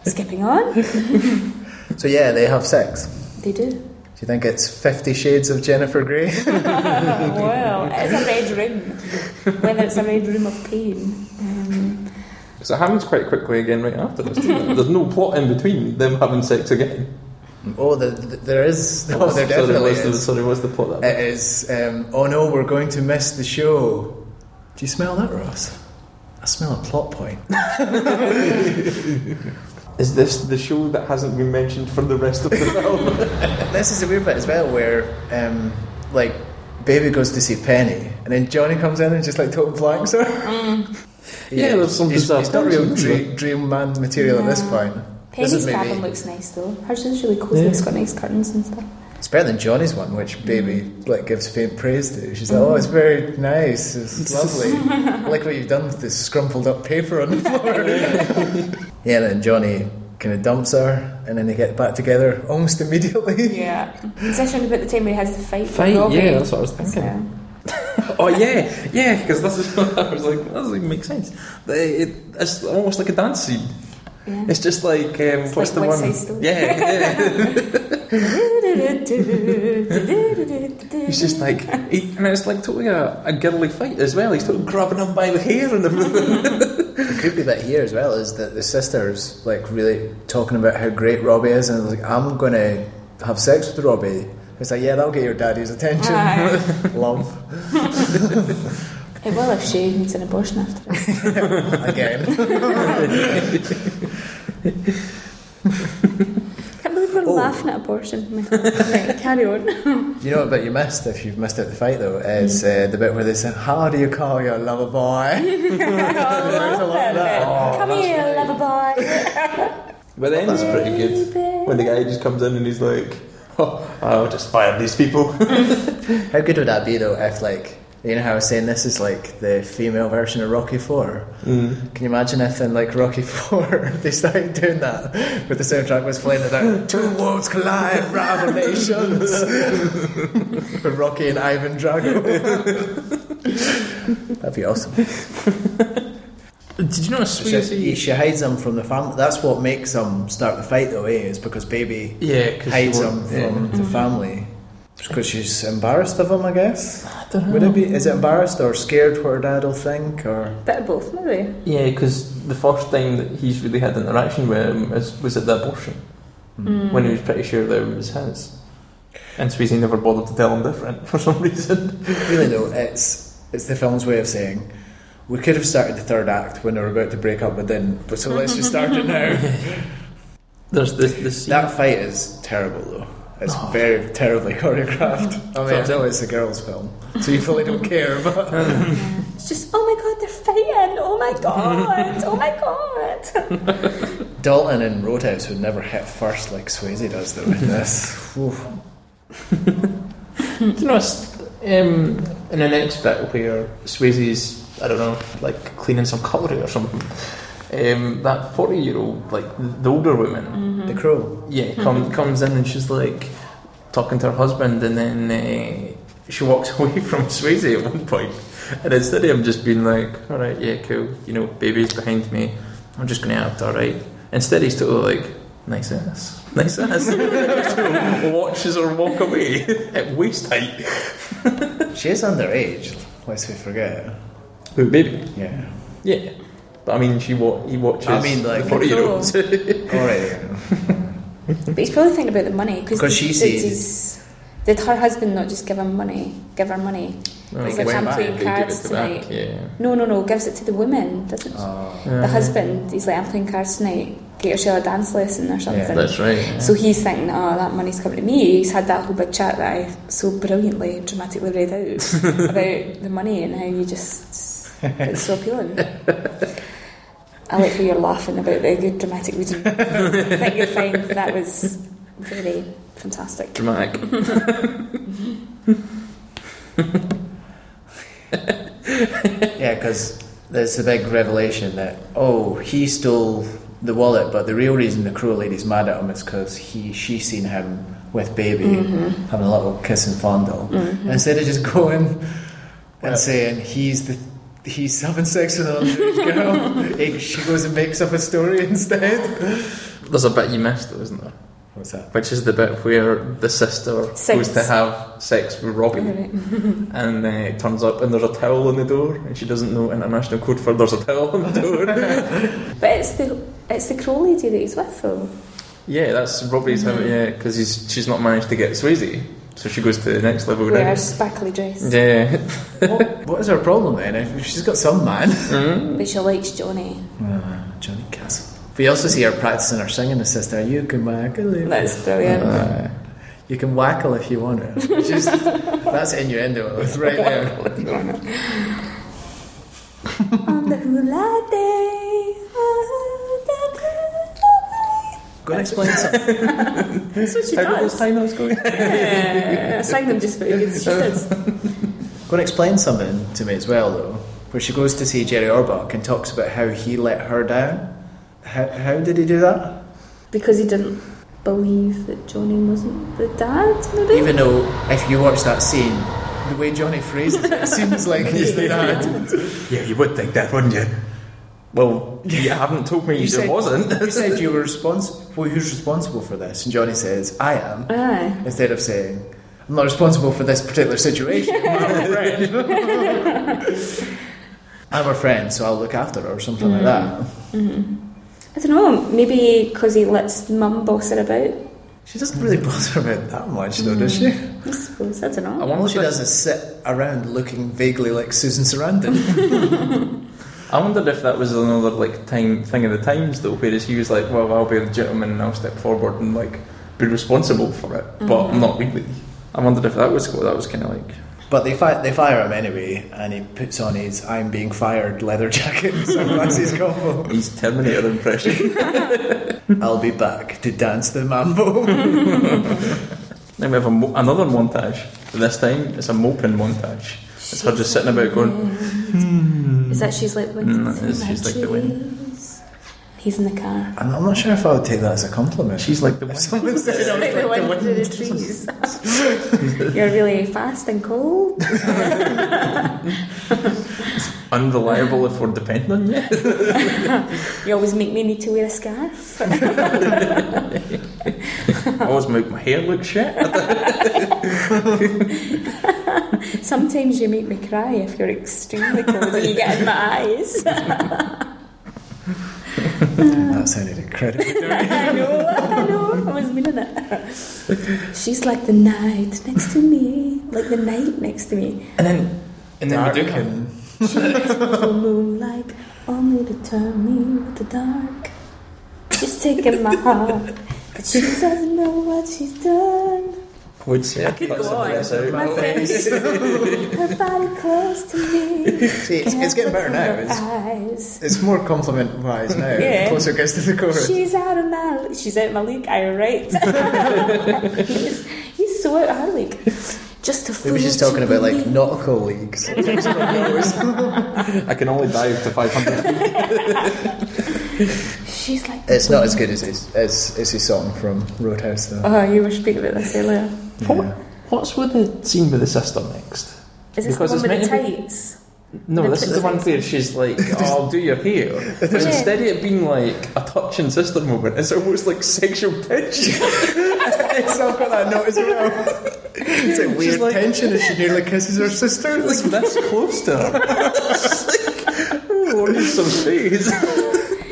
S2: Skipping on,
S1: so yeah, they have sex. Do
S2: they do.
S1: you think it's Fifty Shades of Jennifer Grey?
S2: wow, it's a red room. Whether it's a red room of pain. Um,
S3: So it happens quite quickly again right after this. doesn't it? There's no plot in between them having sex again.
S1: oh, the, the, there is. Oh,
S3: What's-
S1: there
S3: sorry,
S1: definitely
S3: what's the-
S1: is.
S3: sorry, what's the plot?
S2: Eh,
S3: That
S1: It is. Um, oh no, we're going to miss the show. Do you smell that, Ross? I smell a plot point.
S2: eh.
S3: is this the show that hasn't been mentioned for the rest of the film?
S1: This is a weird bit as well, where um, like baby goes to see Penny, and then Johnny comes in and just like total blanks her.
S3: Mm. Yeah, there's some
S1: he's,
S3: bizarre
S1: he's not
S3: things,
S1: real
S3: isn't there?
S1: dream, dream man material at this
S2: No.
S1: point. This
S2: Peggy's
S1: is maybe-
S2: cabin looks nice though. Hers is really cozy. It's got nice curtains and stuff.
S1: It's better than Johnny's one, which baby like gives faint praise to. She's like, "Oh, it's very nice. It's lovely. I like what you've done with this scrumpled up paper on the floor." yeah, and then Johnny kind of dumps her, and then they get back together almost immediately.
S2: Yeah. Is this around about the time where he has the fight? with um,
S3: Fight,
S2: Robbie?
S3: yeah, that's what I was thinking.
S2: So-
S3: oh yeah, yeah, because this is I was like, that doesn't even make sense. They- it- it's almost like a dance scene.
S2: Yeah.
S3: It's just like um, what's
S2: like
S3: the
S2: West
S3: one?
S2: Side Story.
S3: Yeah, yeah. He's
S2: He's
S3: just like, he, and it's like totally a, a girly fight as well. He's totally grabbing him by the hair and everything.
S1: The creepy bit here as well is that the sisters like really talking about how great Robbie is, and like, "I'm gonna have sex with Robbie." It's like, "Yeah, that'll get your daddy's attention."
S2: Aye.
S1: Love
S2: It will if she needs an abortion after this.
S1: again.
S2: can't believe we're
S1: Oh.
S2: laughing at abortion. Right, carry on.
S1: you know what bit you missed if you've missed out the fight though is uh, the bit where they say, "How do you call your lover boy?" There's a lot of that. Oh,
S2: Come here, lover boy.
S3: But then it's pretty good when the guy just comes in and he's like, oh, I'll just fire these people.
S1: How good would that be though if like you know how I was saying this is like the female version of Rocky Four?
S3: Mm.
S1: Can you imagine if in like Rocky Four they started doing that but the soundtrack was playing it out Two worlds collide, rival nations with Rocky and Ivan Drago. That'd be awesome.
S3: Did you notice?
S1: She, she, hides him from the family. That's what makes them start the fight though, eh? Is because baby
S3: Yeah, cause
S1: hides
S3: she
S1: him
S3: won't- yeah.
S1: from the family because she's embarrassed of him, I guess. Would it be? Is it embarrassed or scared what her dad will think? Or
S2: Bit of both, maybe.
S3: Yeah, because the first time that he's really had interaction with him is, was at the abortion
S2: Hmm.
S3: when he was pretty sure that it was his. And Sweezy never bothered to tell him different for some reason.
S1: really though, it's it's the film's way of saying we could have started the third act when they were about to break up, but then but so let's just start it now.
S3: There's this, this scene.
S1: that fight is terrible though. It's
S3: Oh.
S1: very terribly choreographed. I mean, I
S3: So-
S1: know it's a girls' film, so you probably don't care, but
S2: It's just, oh my god, they're fighting. Oh my god. Oh my god.
S1: Dalton and Roadhouse would never hit first like Swayze does though in this. Oof.
S3: Do you notice um, in the next bit where Swayze's, I don't know, like cleaning some cutlery or something? Um, that forty-year-old, like the older woman,
S2: Mm-hmm.
S1: The Crow.
S3: yeah, come, comes in and she's like talking to her husband, and then uh, she walks away from Swayze at one point. And instead of him just being like, "All right, yeah, cool," you know, baby's behind me, I'm just gonna act all right. Instead, he's totally like, "Nice ass, nice ass." so watches her walk away at waist height.
S1: She is underage, lest we forget.
S3: Who, baby?
S1: Yeah.
S3: Yeah. But I mean, she wa- he watches.
S1: I mean, like-
S3: forty year olds.
S1: Alright.
S2: But he's probably thinking about the money.
S1: 'Cause she sees-
S2: Did her husband not just give him money? Give her money? It's like, I'm playing cards tonight.
S3: Yeah.
S2: No, no, no. Gives it to the women, doesn't she?
S1: Oh.
S3: Uh-huh.
S2: The husband, he's like, I'm playing cards tonight. get yourself a dance lesson or something.
S1: Yeah,
S3: That's right. yeah.
S2: So he's thinking, oh, that money's coming to me. He's had that whole big chat that I so brilliantly, dramatically read out about the money and how you just, it's so appealing. I like how you're laughing about the good dramatic reading. I think you'll find that was very fantastic.
S3: Dramatic.
S1: Yeah, because there's a big revelation that, oh, he stole the wallet, but the real reason the cruel lady's mad at him is because he, she seen him with baby having a little kiss and fondle.
S2: Mm-hmm.
S1: Instead of just going and
S3: Yeah.
S1: saying he's the he's having sex with an underage girl, it- she goes and makes up a story instead.
S3: There's a bit you missed, though, isn't there?
S1: What's that?
S3: Which is the bit where the sister
S2: Sex.
S3: goes to have sex with Robbie
S2: Right.
S3: and uh, it turns up and there's a towel on the door and she doesn't know international code for there's a towel on the door.
S2: But it's the it's the crow lady that he's with though.
S3: yeah, that's Robbie's how yeah, because she's not managed to get Swayze, so she goes to the next level
S2: Where her
S3: down.
S2: sparkly dress.
S3: Yeah.
S1: What, what is her problem then? If she's got some man.
S3: Mhm.
S2: But she likes Johnny.
S1: Ah, Johnny Castle. We also see her practicing her singing, the sister. You can wackle if
S2: That's brilliant.
S1: Ah, you can wackle if you want to. It's Just, that's innuendo right there.
S2: On the hula day. on the hula
S1: Go and explain something.
S2: day. That's what she
S3: How did this
S2: does.
S3: time I was going?
S2: Yeah. I sang them just about as good as she does.
S1: Go and explain something to me as well, though. Where she goes to see Jerry Orbach and talks about how he let her down. How, how did he do that?
S2: Because he didn't believe that Johnny wasn't the dad, maybe?
S1: Even though, if you watch that scene, the way Johnny phrases it, it seems like he's the dad.
S3: Yeah, you would think that, wouldn't you? Well, you haven't told me you,
S1: said-
S3: wasn't.
S1: You said you were responsible. Well, who's responsible for this? And Johnny says, I am.
S2: Aye.
S1: instead of saying, I'm not responsible for this particular situation. I'm a friend. I'm her friend, so I'll look after her, or something like
S3: Mm.
S1: that.
S2: I don't know, maybe because he lets mum boss her about.
S1: She doesn't really bother about that much, though, does she?
S3: Mm.
S2: I suppose, I don't
S3: I
S2: know.
S1: All
S3: wonder,
S1: she does is sit around looking vaguely like Susan Sarandon.
S3: if, I wondered if that was another like time thing of the times though, whereas he was like, "Well, I'll be the gentleman and I'll step forward and like be responsible for it," but
S2: Mm-hmm.
S3: I'm not really. I wondered if that was what that was kind of like.
S1: but they, fi- they fire him anyway, and he puts on his I'm being fired leather jacket and sunglasses combo.
S3: He's Terminator impression.
S1: I'll be back to dance the mambo.
S3: then we have a mo- another montage. This time it's a moping montage. It's her just sitting about going.
S2: Is that she's like the wind?
S3: Mm, that is
S2: through
S3: she's
S2: my
S3: like the wind.
S2: trees. He's in the car.
S1: And I'm not sure if I would take that as a compliment.
S3: She's like the
S1: If
S3: wind.
S1: someone said I was
S2: like the wind through the trees. You're really fast and cold.
S3: unreliable if we're dependent on you.
S2: You always make me need to wear a scarf.
S3: I always make my hair look shit.
S2: Sometimes you make me cry if you're extremely cold and you get in my eyes.
S1: Damn, that sounded incredible.
S2: I know, I know. I was meaning it. She's like the night next to me, like the night next to me.
S1: And then,
S3: And then we do
S1: Dark.
S3: come.
S2: She makes me feel moonlight, only to turn me with the dark. She's taken my heart, but she doesn't know what she's done.
S3: Would say I
S2: could go on. My face, her body close to me.
S1: See, it's, it's getting better now.
S2: Her
S1: It's,
S2: eyes.
S1: it's more compliment wise now.
S2: Yeah.
S1: The closer it gets to the chorus.
S2: She's out of my she's out of my league. I right. he's, he's so out of her league. Just a fool.
S1: Maybe she's
S2: to
S1: talking about like
S2: believe.
S1: nautical leagues.
S3: I can only dive to 500 feet.
S2: She's like. the
S1: it's not as
S2: queen.
S1: good as his, as, as his song from Roadhouse though.
S2: Oh, you were speaking about this earlier.
S1: Yeah.
S3: What's with the scene with the sister next?
S2: Is this
S3: Because
S2: the one with
S3: it's
S2: the
S3: meant to
S2: tights?
S3: No,
S2: The
S3: this is the one where she's like, oh, I'll do your hair. But
S2: Yeah.
S3: instead of it being like a touch and sister moment, it's almost like sexual tension.
S1: it's all got that note as well. It's like weird
S3: like-
S1: tension as she nearly kisses her sister.
S3: It's like this close to her. It's like, oh, I need some space.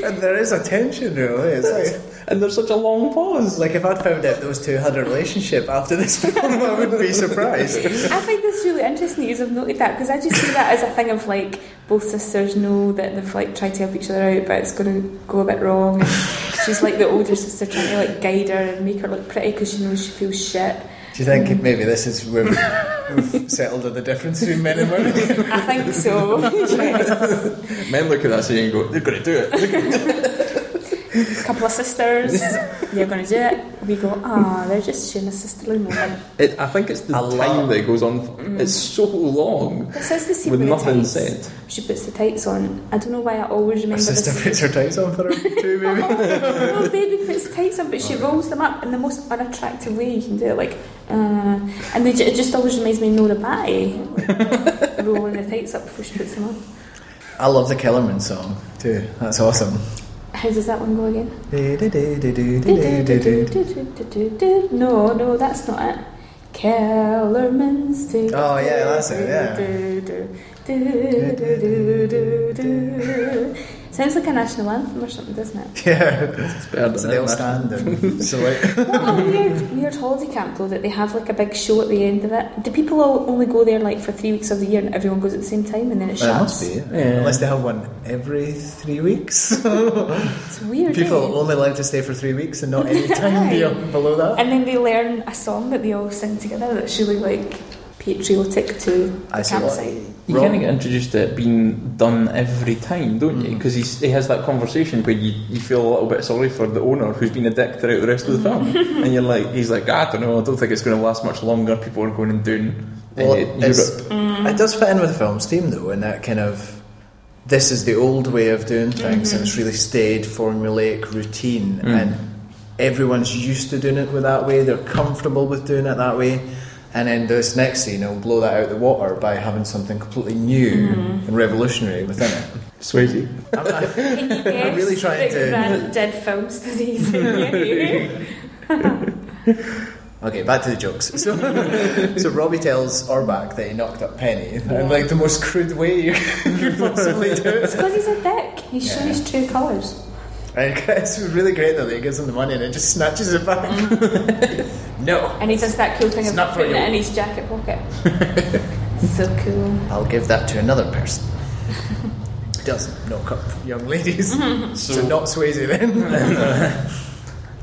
S1: and there is a tension really. It's like,
S3: And there's such a long pause.
S1: like if I'd found out those two had a relationship after this film, I wouldn't be surprised.
S2: I find this really interesting that you've noted that because I just see that as a thing of like both sisters know that they've like tried to help each other out, but it's going to go a bit wrong. She's like the older sister trying to like guide her and make her look pretty because she knows she feels shit.
S1: Do you think maybe this is where we've, we've settled on the difference between men and women?
S2: I think so.
S3: Men look at that scene and go, they're going to do it.
S2: couple of sisters, you're gonna do it. We go, ah, they're just sharing a sisterly moment.
S3: it. I think it's the
S1: I
S3: time
S1: love-
S3: that it goes on. for-
S1: Mm-hmm.
S3: It's so long
S2: This is the scene
S3: with
S2: with
S3: nothing
S2: the tights.
S3: said.
S2: She puts the tights on. I don't know why I always
S1: Her
S2: remember
S1: sister
S2: this.
S1: puts her tights on for her too, maybe.
S2: no, Oh, baby puts tights on, but she rolls them up in the most unattractive way you can do it. Like, uh, and they, ju- it just always reminds me of Nora Batty, like, rolling the tights up before she puts them on.
S1: I love the Kellerman song too. That's awesome.
S2: How does that one go again?
S1: Oh
S2: No, no, that's not it. Kellerman's do.
S1: Oh, yeah, that's it, yeah.
S2: yeah. Sounds like a national anthem or something, doesn't it?
S1: yeah.
S3: It's better than
S1: So they'll
S3: that.
S1: stand and salute.
S2: What a weird, weird holiday camp though that they have like a big show at the end of it. Do people all only go there like for three weeks of the year and everyone goes at the same time and then it shuts?
S1: That must be it.
S3: Yeah.
S1: Unless they have one every three weeks.
S2: It's weird. eh?
S1: People only like to stay for three weeks and not any time
S2: Aye.
S1: beyond below that.
S2: And then they learn a song that they all sing together that's really like patriotic to the
S1: I see what-
S2: campsite.
S3: You
S1: Rob-
S3: kind of get introduced to it being done every time, don't you?
S1: Mhm.
S3: Because he has that conversation where you, you feel a little bit sorry for the owner who's been a dick throughout the rest of the
S1: Mm-hmm.
S3: film. and you're like, he's like, I don't know, I don't think it's going to last much longer. People are going and doing uh,
S1: Well, it's-
S3: Europe.
S1: It does fit in with the film's theme though, in that kind of this is the old way of doing things, and it's really staid, formulaic routine,
S3: Mm.
S1: and everyone's used to doing it with that way. They're comfortable with doing it that way, and then this next scene will blow that out the water by having something completely new and revolutionary within it.
S3: Swayze.
S1: I'm not- I'm really trying to-
S2: Dead film studies. yeah,
S1: okay, back to the jokes. So, so Robbie tells Orbach that he knocked up Penny in
S2: Yeah.
S1: like the most crude way you could possibly do it.
S2: It's because he's a dick. He's showing
S1: Yeah.
S2: his true colours.
S1: And it's really great though that he gives him the money and it just snatches it back. no.
S2: And he does that cool thing
S1: It's
S2: of
S1: not for
S2: putting
S1: you.
S2: it in his jacket pocket. so cool.
S1: I'll give that to another person. Doesn't knock up young ladies. so, not Swayze then.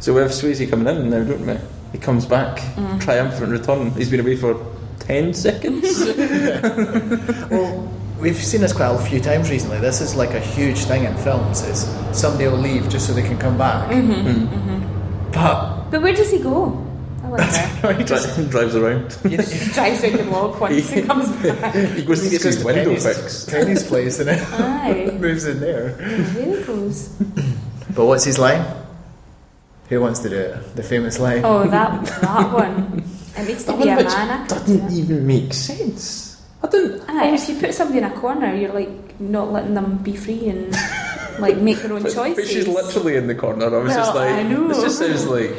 S3: So we have Swayze coming in now, don't we? He comes back,
S1: Mm-hmm.
S3: triumphant return. He's been away for 10 seconds.
S1: well, we've seen this quite a few times recently. This is like a huge thing in films is somebody will leave just so they can come back.
S3: Mm-hmm,
S1: But
S2: But where does he go? I wonder.
S1: he just
S3: Dri- drives around.
S1: you know, he
S2: He drives around the log once and comes back.
S3: He goes
S1: just
S3: and gets
S1: goes
S3: his
S1: to
S3: window
S1: Penny's,
S3: fixed.
S1: Penny's place and it
S2: Aye.
S1: moves in there.
S2: Really goes.
S1: But what's his line? Who wants to do it? The famous line.
S2: Oh, that that one. It needs to
S3: That
S2: be a
S3: one which
S2: man. I could do
S3: Doesn't
S2: it.
S3: even make sense. I don't.
S2: Aye, if you put somebody in a corner, you're like not letting them be free and like make their own
S3: But,
S2: choices.
S3: but she's literally in the corner. I was just
S2: Well,
S3: like,
S2: I know.
S3: this just sounds like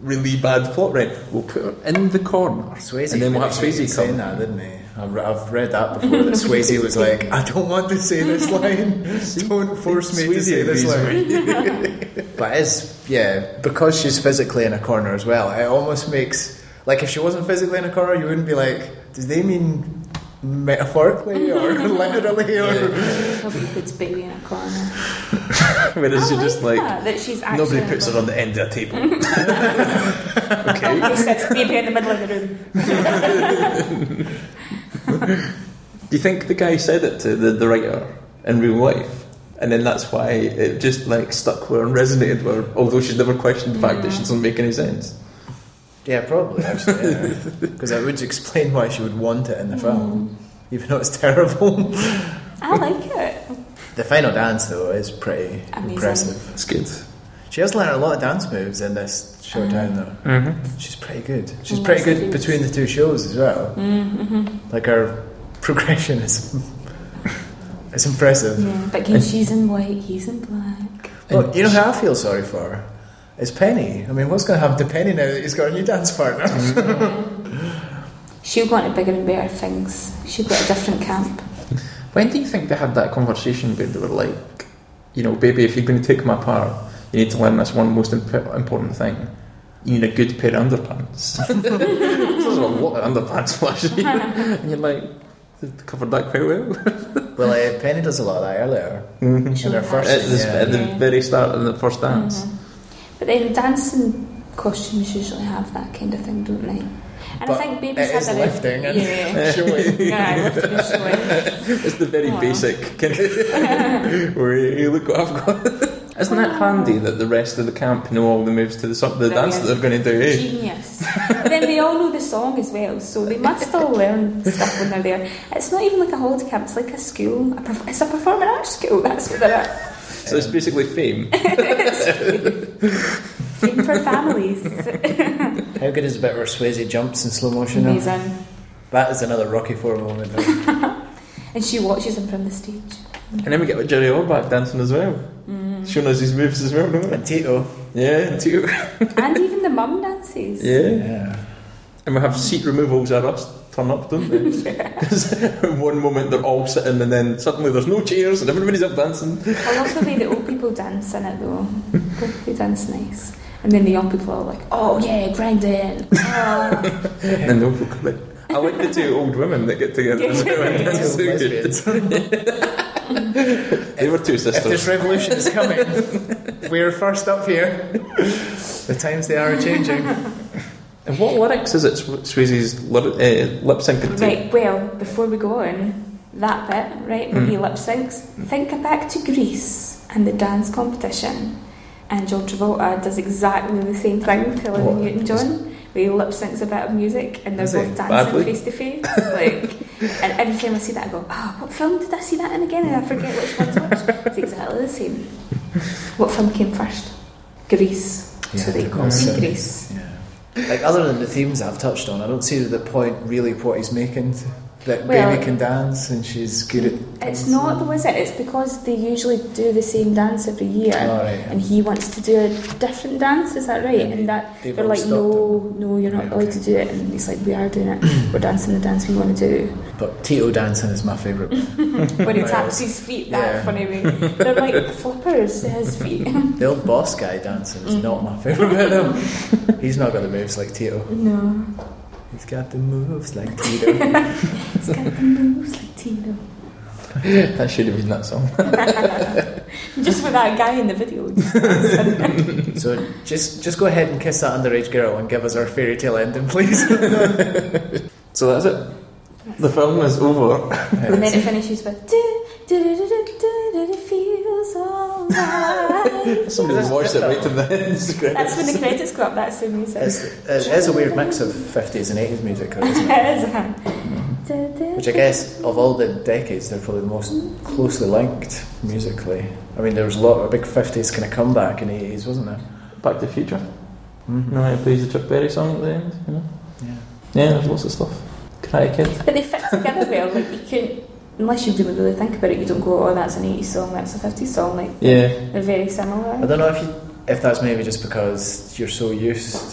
S3: really bad plot. Right, we'll put her in the corner,
S1: Swayze,
S3: and then we'll have
S1: really hated
S3: Swayze
S1: saying
S3: come.
S1: that, didn't he? I've, re- I've read that before. That Swayze was like, "I don't want to say this line. Don't force me to
S3: Swayze
S1: say this
S3: agrees
S1: line." but it's yeah, because she's physically in a corner as well. It almost makes like if she wasn't physically in a corner, you wouldn't be like, "Does they mean metaphorically or literally?" Or
S2: Nobody puts baby in a corner.
S3: Whereas
S2: I
S3: you're just
S2: like
S3: like,
S2: that, that she's actually
S3: nobody
S2: in a
S3: puts her
S2: corner.
S3: on the end of a table. okay.
S2: Nobody sits baby in the middle of the room.
S3: Do you think the guy said it to the, the writer in real life? And then that's why it just like stuck with her and resonated with her, although she's never questioned the fact that she doesn't make any sense.
S1: yeah, probably actually, because that would explain why she would want it in the
S3: Mm.
S1: film, even though it's terrible.
S2: I like it.
S1: the final dance though is pretty
S2: Amazing.
S1: impressive.
S3: It's good.
S1: She has learned a lot of dance moves in this showdown, though.
S3: Mm-hmm.
S1: She's pretty good. She's
S2: Lots
S1: pretty
S2: of
S1: good
S2: moves.
S1: between the two shows as well.
S2: Mm-hmm.
S1: Like her progression is, it's impressive.
S2: Yeah, but again, she's in white, he's in black.
S1: Look, you know who I feel sorry for? It's Penny. I mean, what's going to happen to Penny now that he's got a new dance partner?
S3: Mm-hmm.
S2: She'll go on to bigger and better things. She'll go to a different camp.
S3: When do you think they had that conversation where they were like, you know, baby, if you're going to take my part, you need to learn this one most imp- important thing. You need a good pair of underpants. There's a lot of underpants flashing. and you're like, they've covered that quite well.
S1: well, uh, Penny does a lot of that earlier.
S3: Mhm.
S1: In her
S2: She'll
S1: first-
S3: At, this,
S1: Yeah.
S3: at the very start of the first dance.
S2: Mhm. But then dancing costumes usually have that kind of thing, don't they? And
S1: But
S2: I think babies
S1: it
S2: had
S1: is
S2: a
S1: lifting and
S2: yeah,
S1: showing.
S2: yeah, I lifting and showing.
S3: It's the very
S2: Aw.
S3: basic kind of where you look what I've got. Isn't that handy that the rest of the camp know all the moves to the, so- the dance that they're going to do? Eh?
S2: Genius. But then they all know the song as well, so they must all learn stuff when they're there. It's not even like a holiday camp; it's like a school. A perf- it's a performing arts school. That's what they're at.
S3: So it's basically fame.
S2: Even for families.
S1: How good is a bit where Swayze jumps in slow motion? now?
S2: Amazing.
S1: That is another Rocky Four moment. though.
S2: And she watches him from the stage.
S3: And then we get Jerry Orbach dancing as well, showing us his moves as well. Don't we?
S1: and Tito.
S3: Mm. Yeah, and too.
S2: And even the mum dances.
S3: Yeah.
S1: Yeah.
S3: And we have seat removals at us turn up, don't they? 'Cause in one moment they're all sitting and then suddenly there's no chairs and everybody's up dancing.
S2: I love the way that old people dance in it though. They dance nice. And then the young people are like, oh yeah, grind in. Oh.
S3: And they'll look like, I like the two old women that get together as well and dance so good. They were two
S1: If this
S3: sisters.
S1: revolution is coming, we're first up here. The times they are a changing.
S3: And what lyrics is it Sw- Swayze's lyri- uh, lip syncing to?
S2: right, well, before we go on, that bit, right,
S3: Hmm.
S2: where he lip syncs, think back to Greece and the dance competition. And John Travolta does exactly the same thing to
S3: What?
S2: Olivia Newton John. Where he lip syncs a bit of music and they're
S3: Is he?
S2: both dancing
S3: Badly?
S2: face to face. Like and every time I see that I go, Ah, what film did I see that in again? And I forget which one's which. It's exactly the same. What film came first? Greece. so they call it Greece.
S1: Yeah. Like other than the themes I've touched on, I don't see the point really of what he's making. to- That
S2: Well-
S1: baby can dance and she's good at.
S2: It's not though, is it? It's because they usually do the same dance every year.
S1: Oh, right.
S2: And he wants to do a different dance, is that right?
S1: And they-
S2: And that
S1: they've
S2: they're
S1: all
S2: like,
S1: stopped
S2: no, no, you're not
S1: Right,
S2: allowed
S1: okay.
S2: to do it. And he's like, we are doing it. We're dancing the dance we want to do.
S1: But Tito dancing is my favourite.
S2: When he
S1: Right.
S2: taps his feet that
S1: Yeah.
S2: funny way, they're like flippers to his feet.
S1: The old boss guy dancing
S2: Mm.
S1: is not my favourite bit of him. He's not got the moves like Tito.
S2: no,
S1: He's got the moves like Tito.
S2: he's got the moves like Tino.
S3: That should have been that song.
S2: Just with that guy in the video.
S1: so just just go ahead and kiss that underage girl and give us our fairy tale ending, please.
S3: So that's it. The film is over.
S2: And then it finishes with do do do do do do do it feels alright.
S3: Somebody's
S1: That's-
S3: watched it
S1: that's
S3: right to the end.
S2: That's when the credits go up. That's the music.
S1: It's, it is a weird mix of 50s and 80s music, though, isn't it?
S2: Yes.
S1: Which I guess, of all the decades, they're probably the most closely linked musically. I mean, there was a lot of big 50s kind of comeback in the 80s, wasn't there?
S3: Back to the Future.
S1: Mm-hmm.
S3: No, it plays the Chuck Berry song at the end. You know?
S1: Yeah.
S3: Yeah, there's lots of stuff. Karate Kid.
S2: But they fit together well. Like you couldn't, unless you really really think about it, you don't go, oh, that's an 80s song, that's a 50s song. Like
S3: Yeah.
S2: they're very
S1: I
S2: similar
S1: don't know if you, if that's maybe just because you're so used.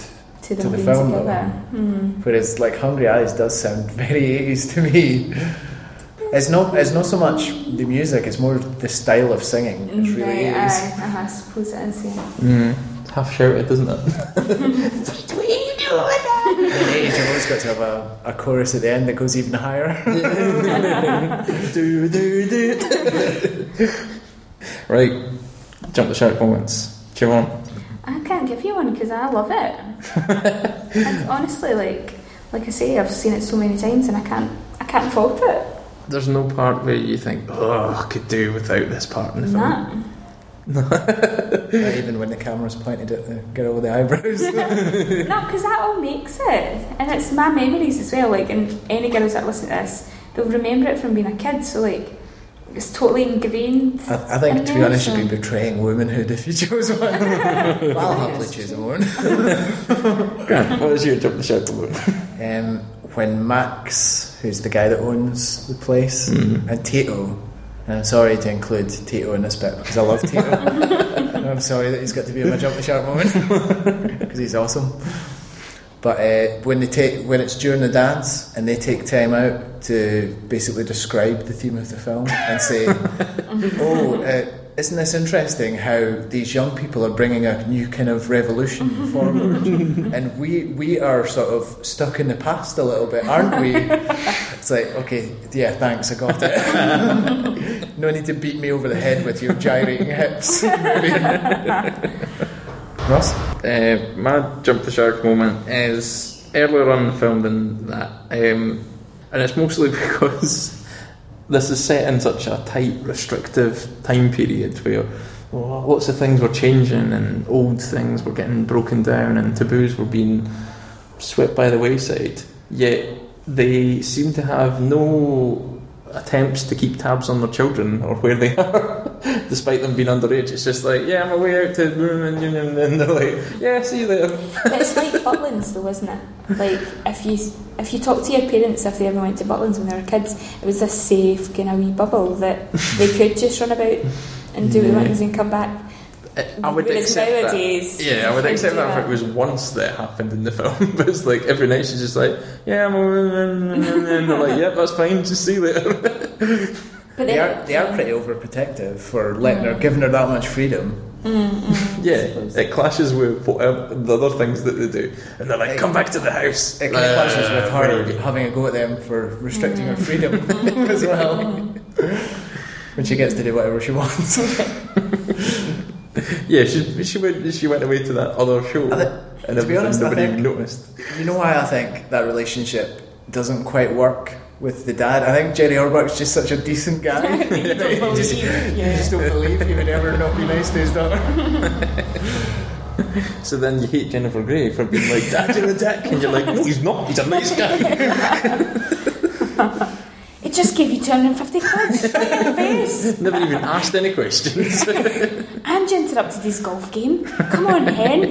S1: To
S2: to them
S1: the
S2: being
S1: film,
S2: together. Hmm.
S1: Whereas, like, Hungry Eyes does sound very 80s to me. It's not, it's not so much the music, it's more the style of singing. It's really 80s.
S2: Right, aye, aye, I suppose it is. Yeah.
S3: Mm. It's half shouted, isn't it?
S2: What are you doing?
S1: In the 80s, you've always got to have a, a chorus at the end that goes even higher.
S3: do, do, do. right. Jump the shark moments. Come on.
S2: I can't give you one because I love it. and honestly, like like I say, I've seen it so many times, and I can't I can't fault it.
S3: There's no part where you think, oh, I could do without this part in the film.
S2: Nah.
S1: Not even when the camera's pointed at the girl with the eyebrows.
S2: No, because that all makes it, and it's my memories as well. Like, and any girls that listen to this, they'll remember it from being a kid. So like, it's totally ingrained.
S1: I, I think, to be honest, you'd be betraying womanhood if you chose one. well, I'll happily choose a one.
S3: Grant, what is your jump the shark moment?
S1: Um, when Max, who's the guy that owns the place,
S3: Hmm. Mm-hmm.
S1: and Tito, and I'm sorry to include Tito in this bit because I love Tito. and I'm sorry that he's got to be in my jump the shark moment because he's awesome. But uh, when they take when it's during the dance and they take time out to basically describe the theme of the film and say, "Oh, uh, isn't this interesting? How these young people are bringing a new kind of revolution forward, and we we are sort of stuck in the past a little bit, aren't we?" It's like, okay, yeah, thanks, I got it. no need to beat me over the head with your gyrating hips. Ross?
S3: Uh, my jump the shark moment is earlier on in the film than that, um, and it's mostly because this is set in such a tight, restrictive time period where well, lots of things were changing and old things were getting broken down and taboos were being swept by the wayside. Yet they seem to have no attempts to keep tabs on their children or where they are, despite them being underage. It's just like, yeah, I'm away out to and and they're like, yeah, see you later.
S2: But it's like Butlins, though, isn't it? Like if you if you talk to your parents if they ever went to Butlins when they were kids, it was this safe kind of wee bubble that they could just run about and do
S3: Yeah.
S2: yeah. things and come back.
S3: I would
S2: Whereas
S3: accept
S2: nowadays,
S3: that. Yeah, I would
S2: you
S3: accept
S2: do
S3: that if
S2: that.
S3: it was once that happened in the film, but it's like every night she's just like, yeah, I'm away, and they're like, yep, that's fine, just see you later.
S2: But
S1: They
S2: then- Mm,
S1: are, they are pretty overprotective for letting her, giving her that much freedom.
S2: mm.
S3: Yeah, it clashes with whatever the other things that they do, and they're like, "Come back to the house."
S1: It kind of clashes with her
S3: Uh,
S1: having a go at them for restricting
S2: Mm.
S1: her freedom as well. when she gets to do whatever she wants.
S3: Yeah, she she went she went away to that other show,
S1: I thi-
S3: and
S1: to be
S3: everything,
S1: honest, I
S3: nobody
S1: think-
S3: noticed.
S1: You know why I think that relationship doesn't quite work with the dad? I think Jerry Orbach's just such a decent guy.
S2: You don't
S1: That you, just,
S2: believe,
S1: you just don't believe he would ever not be nice to his daughter.
S3: So then you hate Jennifer Grey for being like, "Dad, you're a dick," and you're like, "No, he's not. He's a nice guy."
S2: It just gave you 250 quid in your face.
S3: Never even asked any questions.
S2: And you interrupted his golf game. Come on, Hen.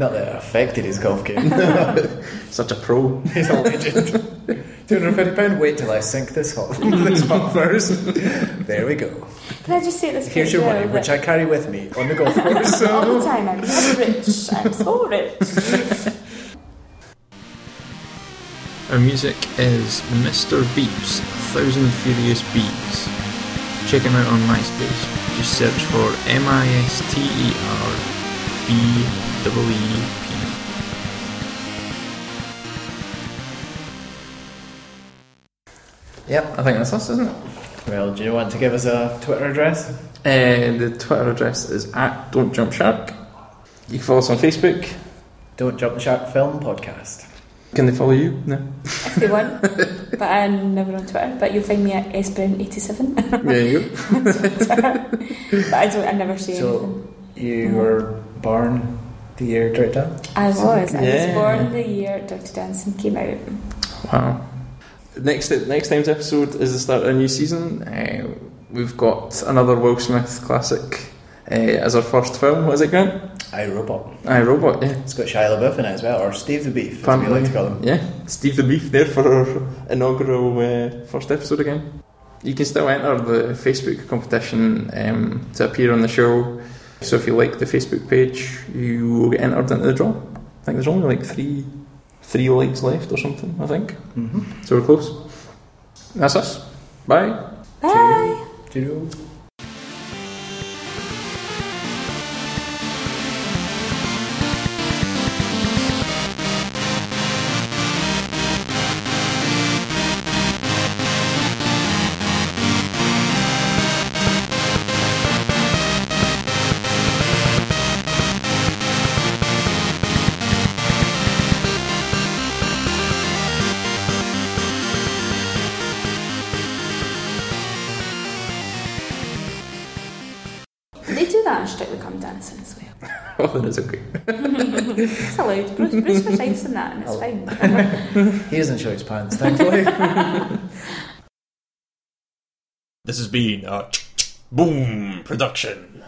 S1: Not that it affected his golf game.
S3: Such a pro.
S1: He's a legend. £250, wait till I sink this hole. this putt first. There we go.
S2: Can I just say at this?
S1: Here's your
S2: point,
S1: money,
S2: though,
S1: which
S2: that
S1: I carry with me on the golf course.
S2: all the
S1: So.
S2: time I'm so rich. I'm so rich.
S3: Our music is Mr. Beeps, Thousand Furious Beats. Check him out on MySpace. Just search for M I S T E R B E E P.
S1: Yep.
S3: I think that's us, isn't it?
S1: Well, do you want to give us a Twitter address?
S3: Uh, the Twitter address is at Don't Jump Shark. You can follow us on Facebook.
S1: Don't Jump the Shark Film Podcast.
S3: Can they follow you? No.
S2: if they want. But I'm never on Twitter. But you'll find me at sbrown87.
S3: There you go.
S2: but I don't. I never say
S1: So-
S2: anything.
S1: You were born the year it down?
S2: I was. I
S3: Yeah.
S2: was born the year Dr. Danson came out.
S3: Wow. Next next time's episode is the start of a new season. Uh, we've got another Will Smith classic uh, as our first film. Was it Grant?
S1: I Robot.
S3: I Robot. Yeah.
S1: It's got Shia LaBeouf in it as well, or Steve the Beef, as we like to call him.
S3: Yeah. Steve the Beef there for our inaugural uh, first episode again. You can still enter the Facebook competition um, to appear on the show. So if you like the Facebook page, you will get entered into the draw. I think there's only like three, three likes left or something. I think.
S1: Mm-hmm.
S3: So we're close. That's us. Bye.
S2: Bye.
S1: Do you know
S2: They do that in Strictly Come Dancing as well.
S3: Oh, that is okay.
S2: It's allowed. Bruce, Bruce Forsyth's in that and
S1: Oh.
S2: it's fine.
S1: He doesn't show his pants, thankfully.
S5: This has been a boom production.